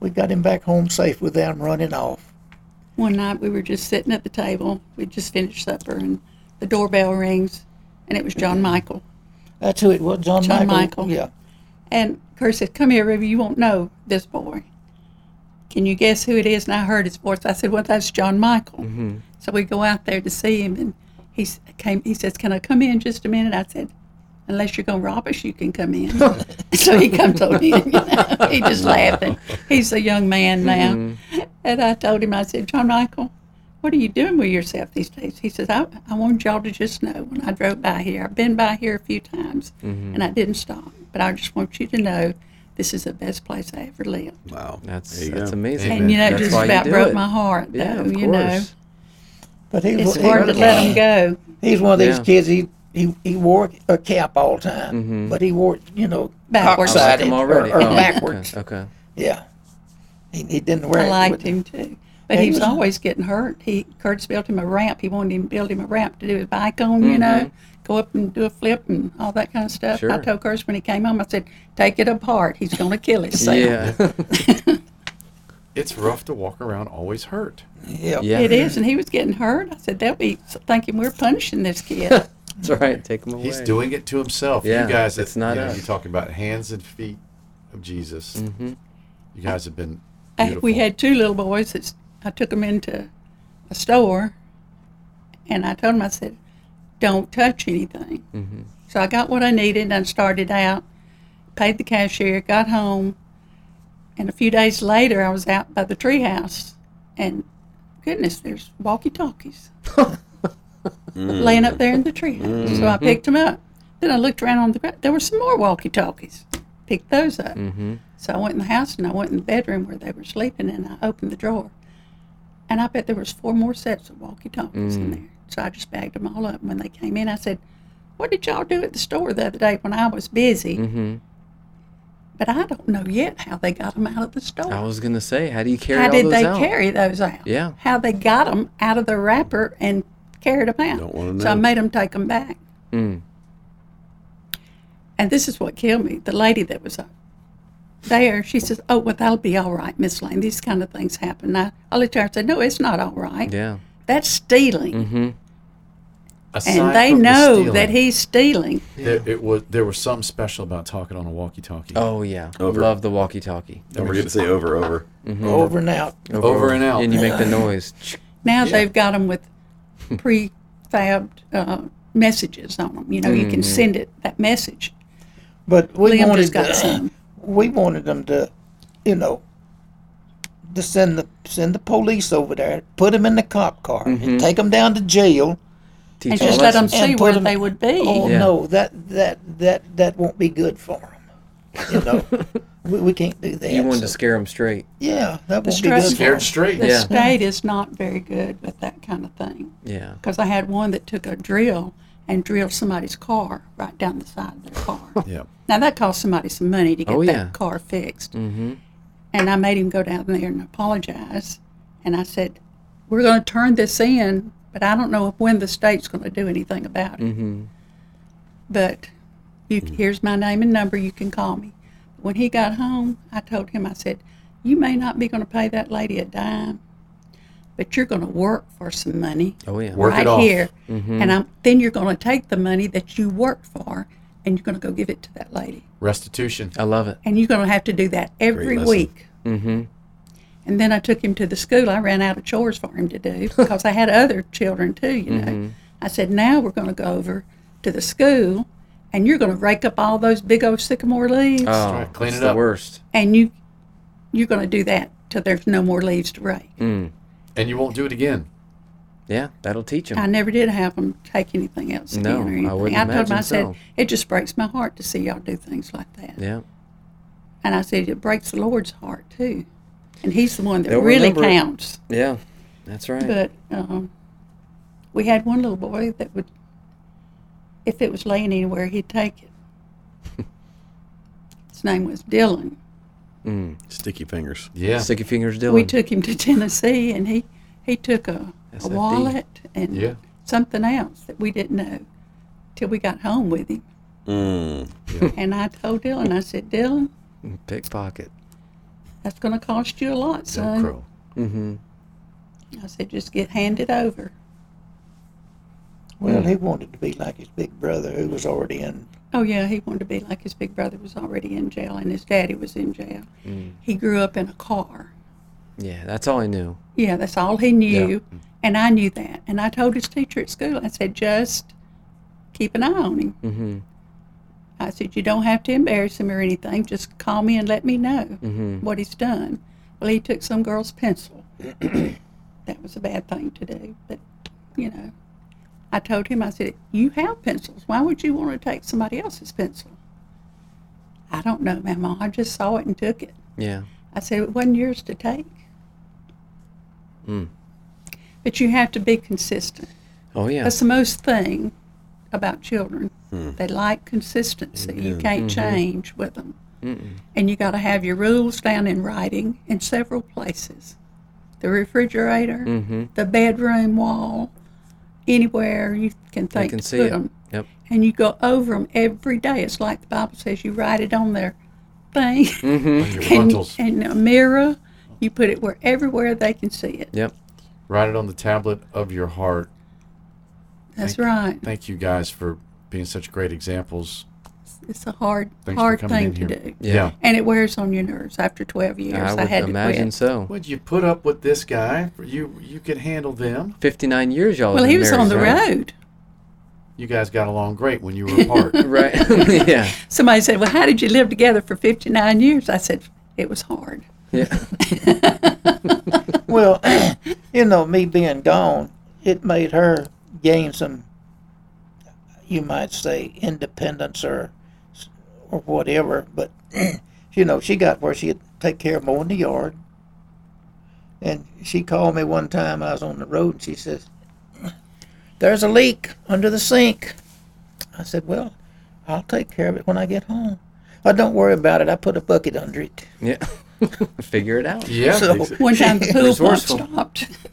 we got him back home safe without him running off.
One night we were just sitting at the table. We just finished supper, and the doorbell rings, and it was John Michael.
That's who it was, John,
John
Michael.
Michael.
Yeah.
And Kurt said, Come here, Ruby, you won't know this boy. Can you guess who it is? And I heard his voice. I said, Well, that's John Michael. So we go out there to see him, and he s- came. He says, Can I come in just a minute? I said, Unless you're going to rob us, you can come in. so he comes on in. you know. He just laughed. And he's a young man now. And I told him, I said, John Michael, what are you doing with yourself these days? He says, I, I wanted y'all to just know when I drove by here. I've been by here a few times
Mm-hmm.
and I didn't stop, but I just want you to know this is the best place I ever lived.
Wow.
That's
There you
that's
go.
amazing.
And you know,
That's
just
why you
about
do
broke
it.
my heart, though,
Yeah, of
you know.
course.
But he was
It's
he
hard to
was-
let him go.
He's one of these
Yeah.
kids. He, he he wore a cap all the time, but he wore it, you know
Backwards.
I like
cocksided
Mm-hmm. him
or-
already.
or,
Oh, okay,
backwards.
Okay.
Yeah, he, he didn't wear
I
it.
liked
with-
him too. But
Yeah,
he
he
was
was-
always getting hurt. He Kurt's built him a ramp. He wanted him to build him a ramp to do his bike on, you know, go up and do a flip and all that kind of stuff. I
Mm-hmm. Sure.
told Kurt when he came home, I said, Take it apart. He's gonna kill himself.
Yeah.
It's rough to walk around always hurt.
Yeah.
yeah.
It is, and he was getting hurt. I said, They'll be thinking we're punishing this kid.
That's right. Take him away.
He's doing it to himself.
Yeah,
you guys,
it's
you
not
know,
us. Mm-hmm.
You talk about hands and feet of Jesus. You guys have been.
I, we
beautiful.
had two little boys that s- I took them into a store, and I told them, I said, don't touch anything. So I got what I needed and started out, paid the cashier, got home, and a few days later I was out by the treehouse, and goodness, there's walkie talkies laying up there in the treehouse. So I picked them up. Then I looked around on the ground. There were some more walkie talkies. Picked those up. So I went in the house and I went in the bedroom where they were sleeping and I opened the drawer. And I bet there was four more sets of walkie-talkies in there. So I just bagged them all up. When they came in, I said, what did y'all do at the store the other day when I was busy? But I don't know yet how they got them out of the store.
I was gonna say, how do you carry
how
all
did
those
they
out?
carry those out?
Yeah.
How they got them out of the wrapper and carried them out.
Don't wanna
So I
know.
made them take them back.
Mm.
And this is what killed me. The lady that was up there, she says, Oh, well, that'll be all right, Miss Lane. These kind of things happen. I, I looked at her and said, No, it's not all right.
Yeah.
That's stealing.
Aside
And they
from the
know
stealing,
that he's stealing.
There, it was there was something special about talking on a walkie-talkie.
Oh yeah.
Over.
Love the walkie-talkie.
Don't forget to say over, over.
Over and out.
Over and out.
And you make the noise.
Now they've got them with prefabbed uh, messages on them. You know, you can send it that message.
But we
Liam
wanted
just got
to-
some.
we wanted them to, you know, to send the send the police over there, put them in the cop car,
Mm-hmm.
and take them down to jail.
Teach
And
all
just let
that
them
stuff.
see
And
where
put 'em-
they would be.
Oh
Yeah.
no, that that that that won't be good for them. You know, we, we can't do that.
You wanted
so-
to scare them straight.
yeah, that won't be
stress-
good. for
Scared
'em.
straight.
The
Yeah.
state is not very good with that kind of thing.
Yeah.
Because I had one that took a drill and drilled somebody's car right down the side of their car.
Yeah.
Now that cost somebody some money to get
Oh,
that
yeah.
car fixed. Mm-hmm. And I made him go down there and apologize. And I said, "We're going to turn this in, but I don't know when the state's going to do anything about it. But you,
Mm.
here's my name and number. You can call me." When he got home, I told him, I said, "You may not be going to pay that lady a dime, but you're going to work for some money."
Oh yeah. Mm-hmm.
Work
right
it off.
here, and I'm, then you're going to take the money that you worked for and you're going to go give it to that lady.
Restitution.
I love it.
And you're going to have to do that every
lesson.
week. Mm-hmm. And then I took him to the school. I ran out of chores for him to do because I had other children too, you know.
Mm-hmm.
I said, now we're going to go over to the school and you're going to rake up all those big old sycamore leaves
Oh,
right. Clean
it's
it
the
up.
worst.
and you, you're going to do that till there's no more leaves to rake.
Mm.
And you won't do it again.
Yeah, that'll teach
I
them.
never did have them take anything else again
No,
or
I
anything.
wouldn't
told 'em,
imagine
I said,
so.
it just breaks my heart to see y'all do things like that.
Yeah.
And I said, it breaks the Lord's heart too. And He's the one that
They'll
really
remember it.
counts.
Yeah. That's right.
But um, we had one little boy that would, if it was laying anywhere, he'd take it. His name was Dylan.
Sticky fingers.
Yeah.
Sticky fingers, Dylan.
We took him to Tennessee, and he he took a, a
SFD.
wallet and
Yeah.
something else that we didn't know till we got home with him.
Mm.
And I told Dylan, I said, Dylan,
Pickpocket.
that's going to cost you a lot,
Don't
son.
crow.
I said, just get handed over.
Well, he wanted to be like his big brother who was already in.
Oh yeah, he wanted to be like his big brother was already in jail, and his daddy was in jail. He grew up in a car.
Yeah, that's all I knew.
Yeah, that's all he knew, and I knew that. And I told his teacher at school, I said, just keep an eye on him. Mm-hmm. I said, you don't have to embarrass him or anything. Just call me and let me know what he's done. Well, he took some girl's pencil. that was a bad thing to do, but you know, I told him, I said, you have pencils. Why would you want to take somebody else's pencil? I don't know, Mama. I just saw it and took it.
Yeah.
I said, it wasn't yours to take. But you have to be consistent.
Oh, yeah.
That's the most thing about children.
Hmm.
They like consistency. You can't change with them. And you got to have your rules down in writing in several places the refrigerator, the bedroom wall, anywhere you can
I
think
can
to
see
put
it.
'em.
Yep.
And you go over them every day. It's like the Bible says you write it on their thing.
Mm-hmm.
On your
and,
frontals.
and a mirror. You put it where everywhere they can see it.
Yep.
Write it on the tablet of your heart.
That's right.
Thank you guys for being such great examples.
It's a hard,
Thanks
hard
for coming
thing to
in here.
do.
Yeah.
And it wears on your nerves after 12 years. I,
I would
had to
imagine
quit.
so.
Would you put up with this guy? You you could handle them.
59 years, y'all.
Well,
have been
he was on the
married,
road.
You guys got along great when you were apart.
right? Right. yeah.
Somebody said, Well, how did you live together for 59 years? I said, It was hard.
Yeah.
Well, you know, me being gone, it made her gain some, you might say, independence or, or whatever. But you know, she got where she'd take care of mowing the yard. And she called me one time. I was on the road, and she says, "There's a leak under the sink." I said, "Well, I'll take care of it when I get home." Oh, don't worry about it. I put a bucket under it.
Yeah. Figure it out.
Yeah.
So-
One time the pool pump
Resourceful. Mm-hmm.
stopped.
work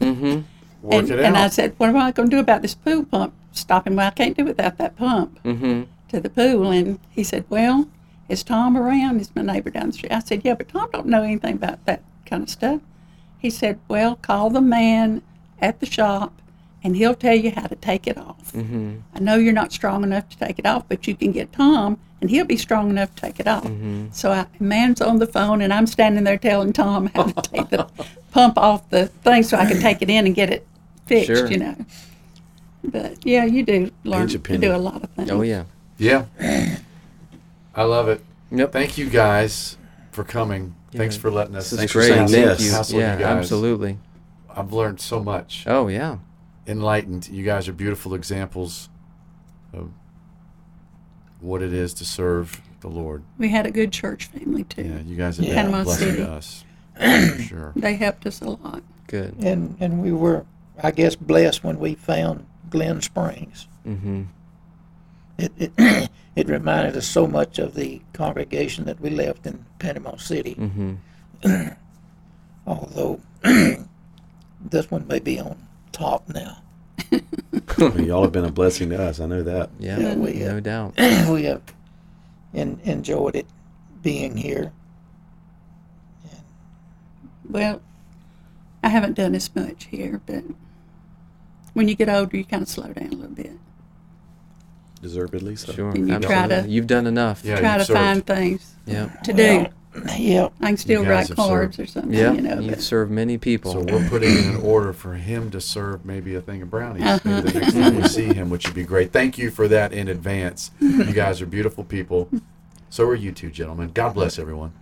and,
it
and I
out.
said, What am I going to do about this pool pump stopping? Well, I can't do without that pump
Mm-hmm.
to the pool. And he said, Well, is Tom around? He's my neighbor down the street. I said, Yeah, but Tom don't know anything about that kind of stuff. He said, Well, call the man at the shop and he'll tell you how to take it off.
Mm-hmm.
I know you're not strong enough to take it off, but you can get Tom and he'll be strong enough to take it off.
Mm-hmm.
So I, man's on the phone and I'm standing there telling Tom how to take the pump off the thing so I can take it in and get it fixed,
Sure.
you know. But yeah, you do learn
Pinch
to
a penny.
do a lot of things.
Oh, yeah.
yeah. I love it.
Yep.
Thank you guys for coming. Thanks for letting us.
This is
for
great.
saying
Thank
yes.
you.
Hassle you
yeah,
guys.
absolutely.
I've learned so much.
Oh, yeah.
Enlightened. You guys are beautiful examples of what it is to serve the Lord.
We had a good church family too.
Yeah, you guys have
Yeah.
been a
Panama
blessing
City.
to us. For sure.
They helped us a lot.
Good.
and and we were, I guess, blessed when we found Glen Springs. Mm-hmm. It it, it reminded us so much of the congregation that we left in Panama City. Mm-hmm. Although this one may be on top now.
Well, y'all have been a blessing to us. I know that.
Yeah.
Yeah, we, uh,
no doubt.
we have en- enjoyed it being here.
Well, I haven't done as much here, but when you get older, you kind of slow down a little bit.
deservedly so.
Sure.
And you try
absolutely.
to-
You've done enough.
Yeah,
Try
you've
to
served.
find things
Yeah.
to do.
Yep.
I can still
You guys
write
have
cards
served.
or something,
Yeah.
you know.
You've
But,
served many people.
So we're putting in an order for him to serve maybe a thing of brownies. Maybe the next time we see him, which would be great. Thank you for that in advance. You guys are beautiful people. So are you two gentlemen. God bless everyone.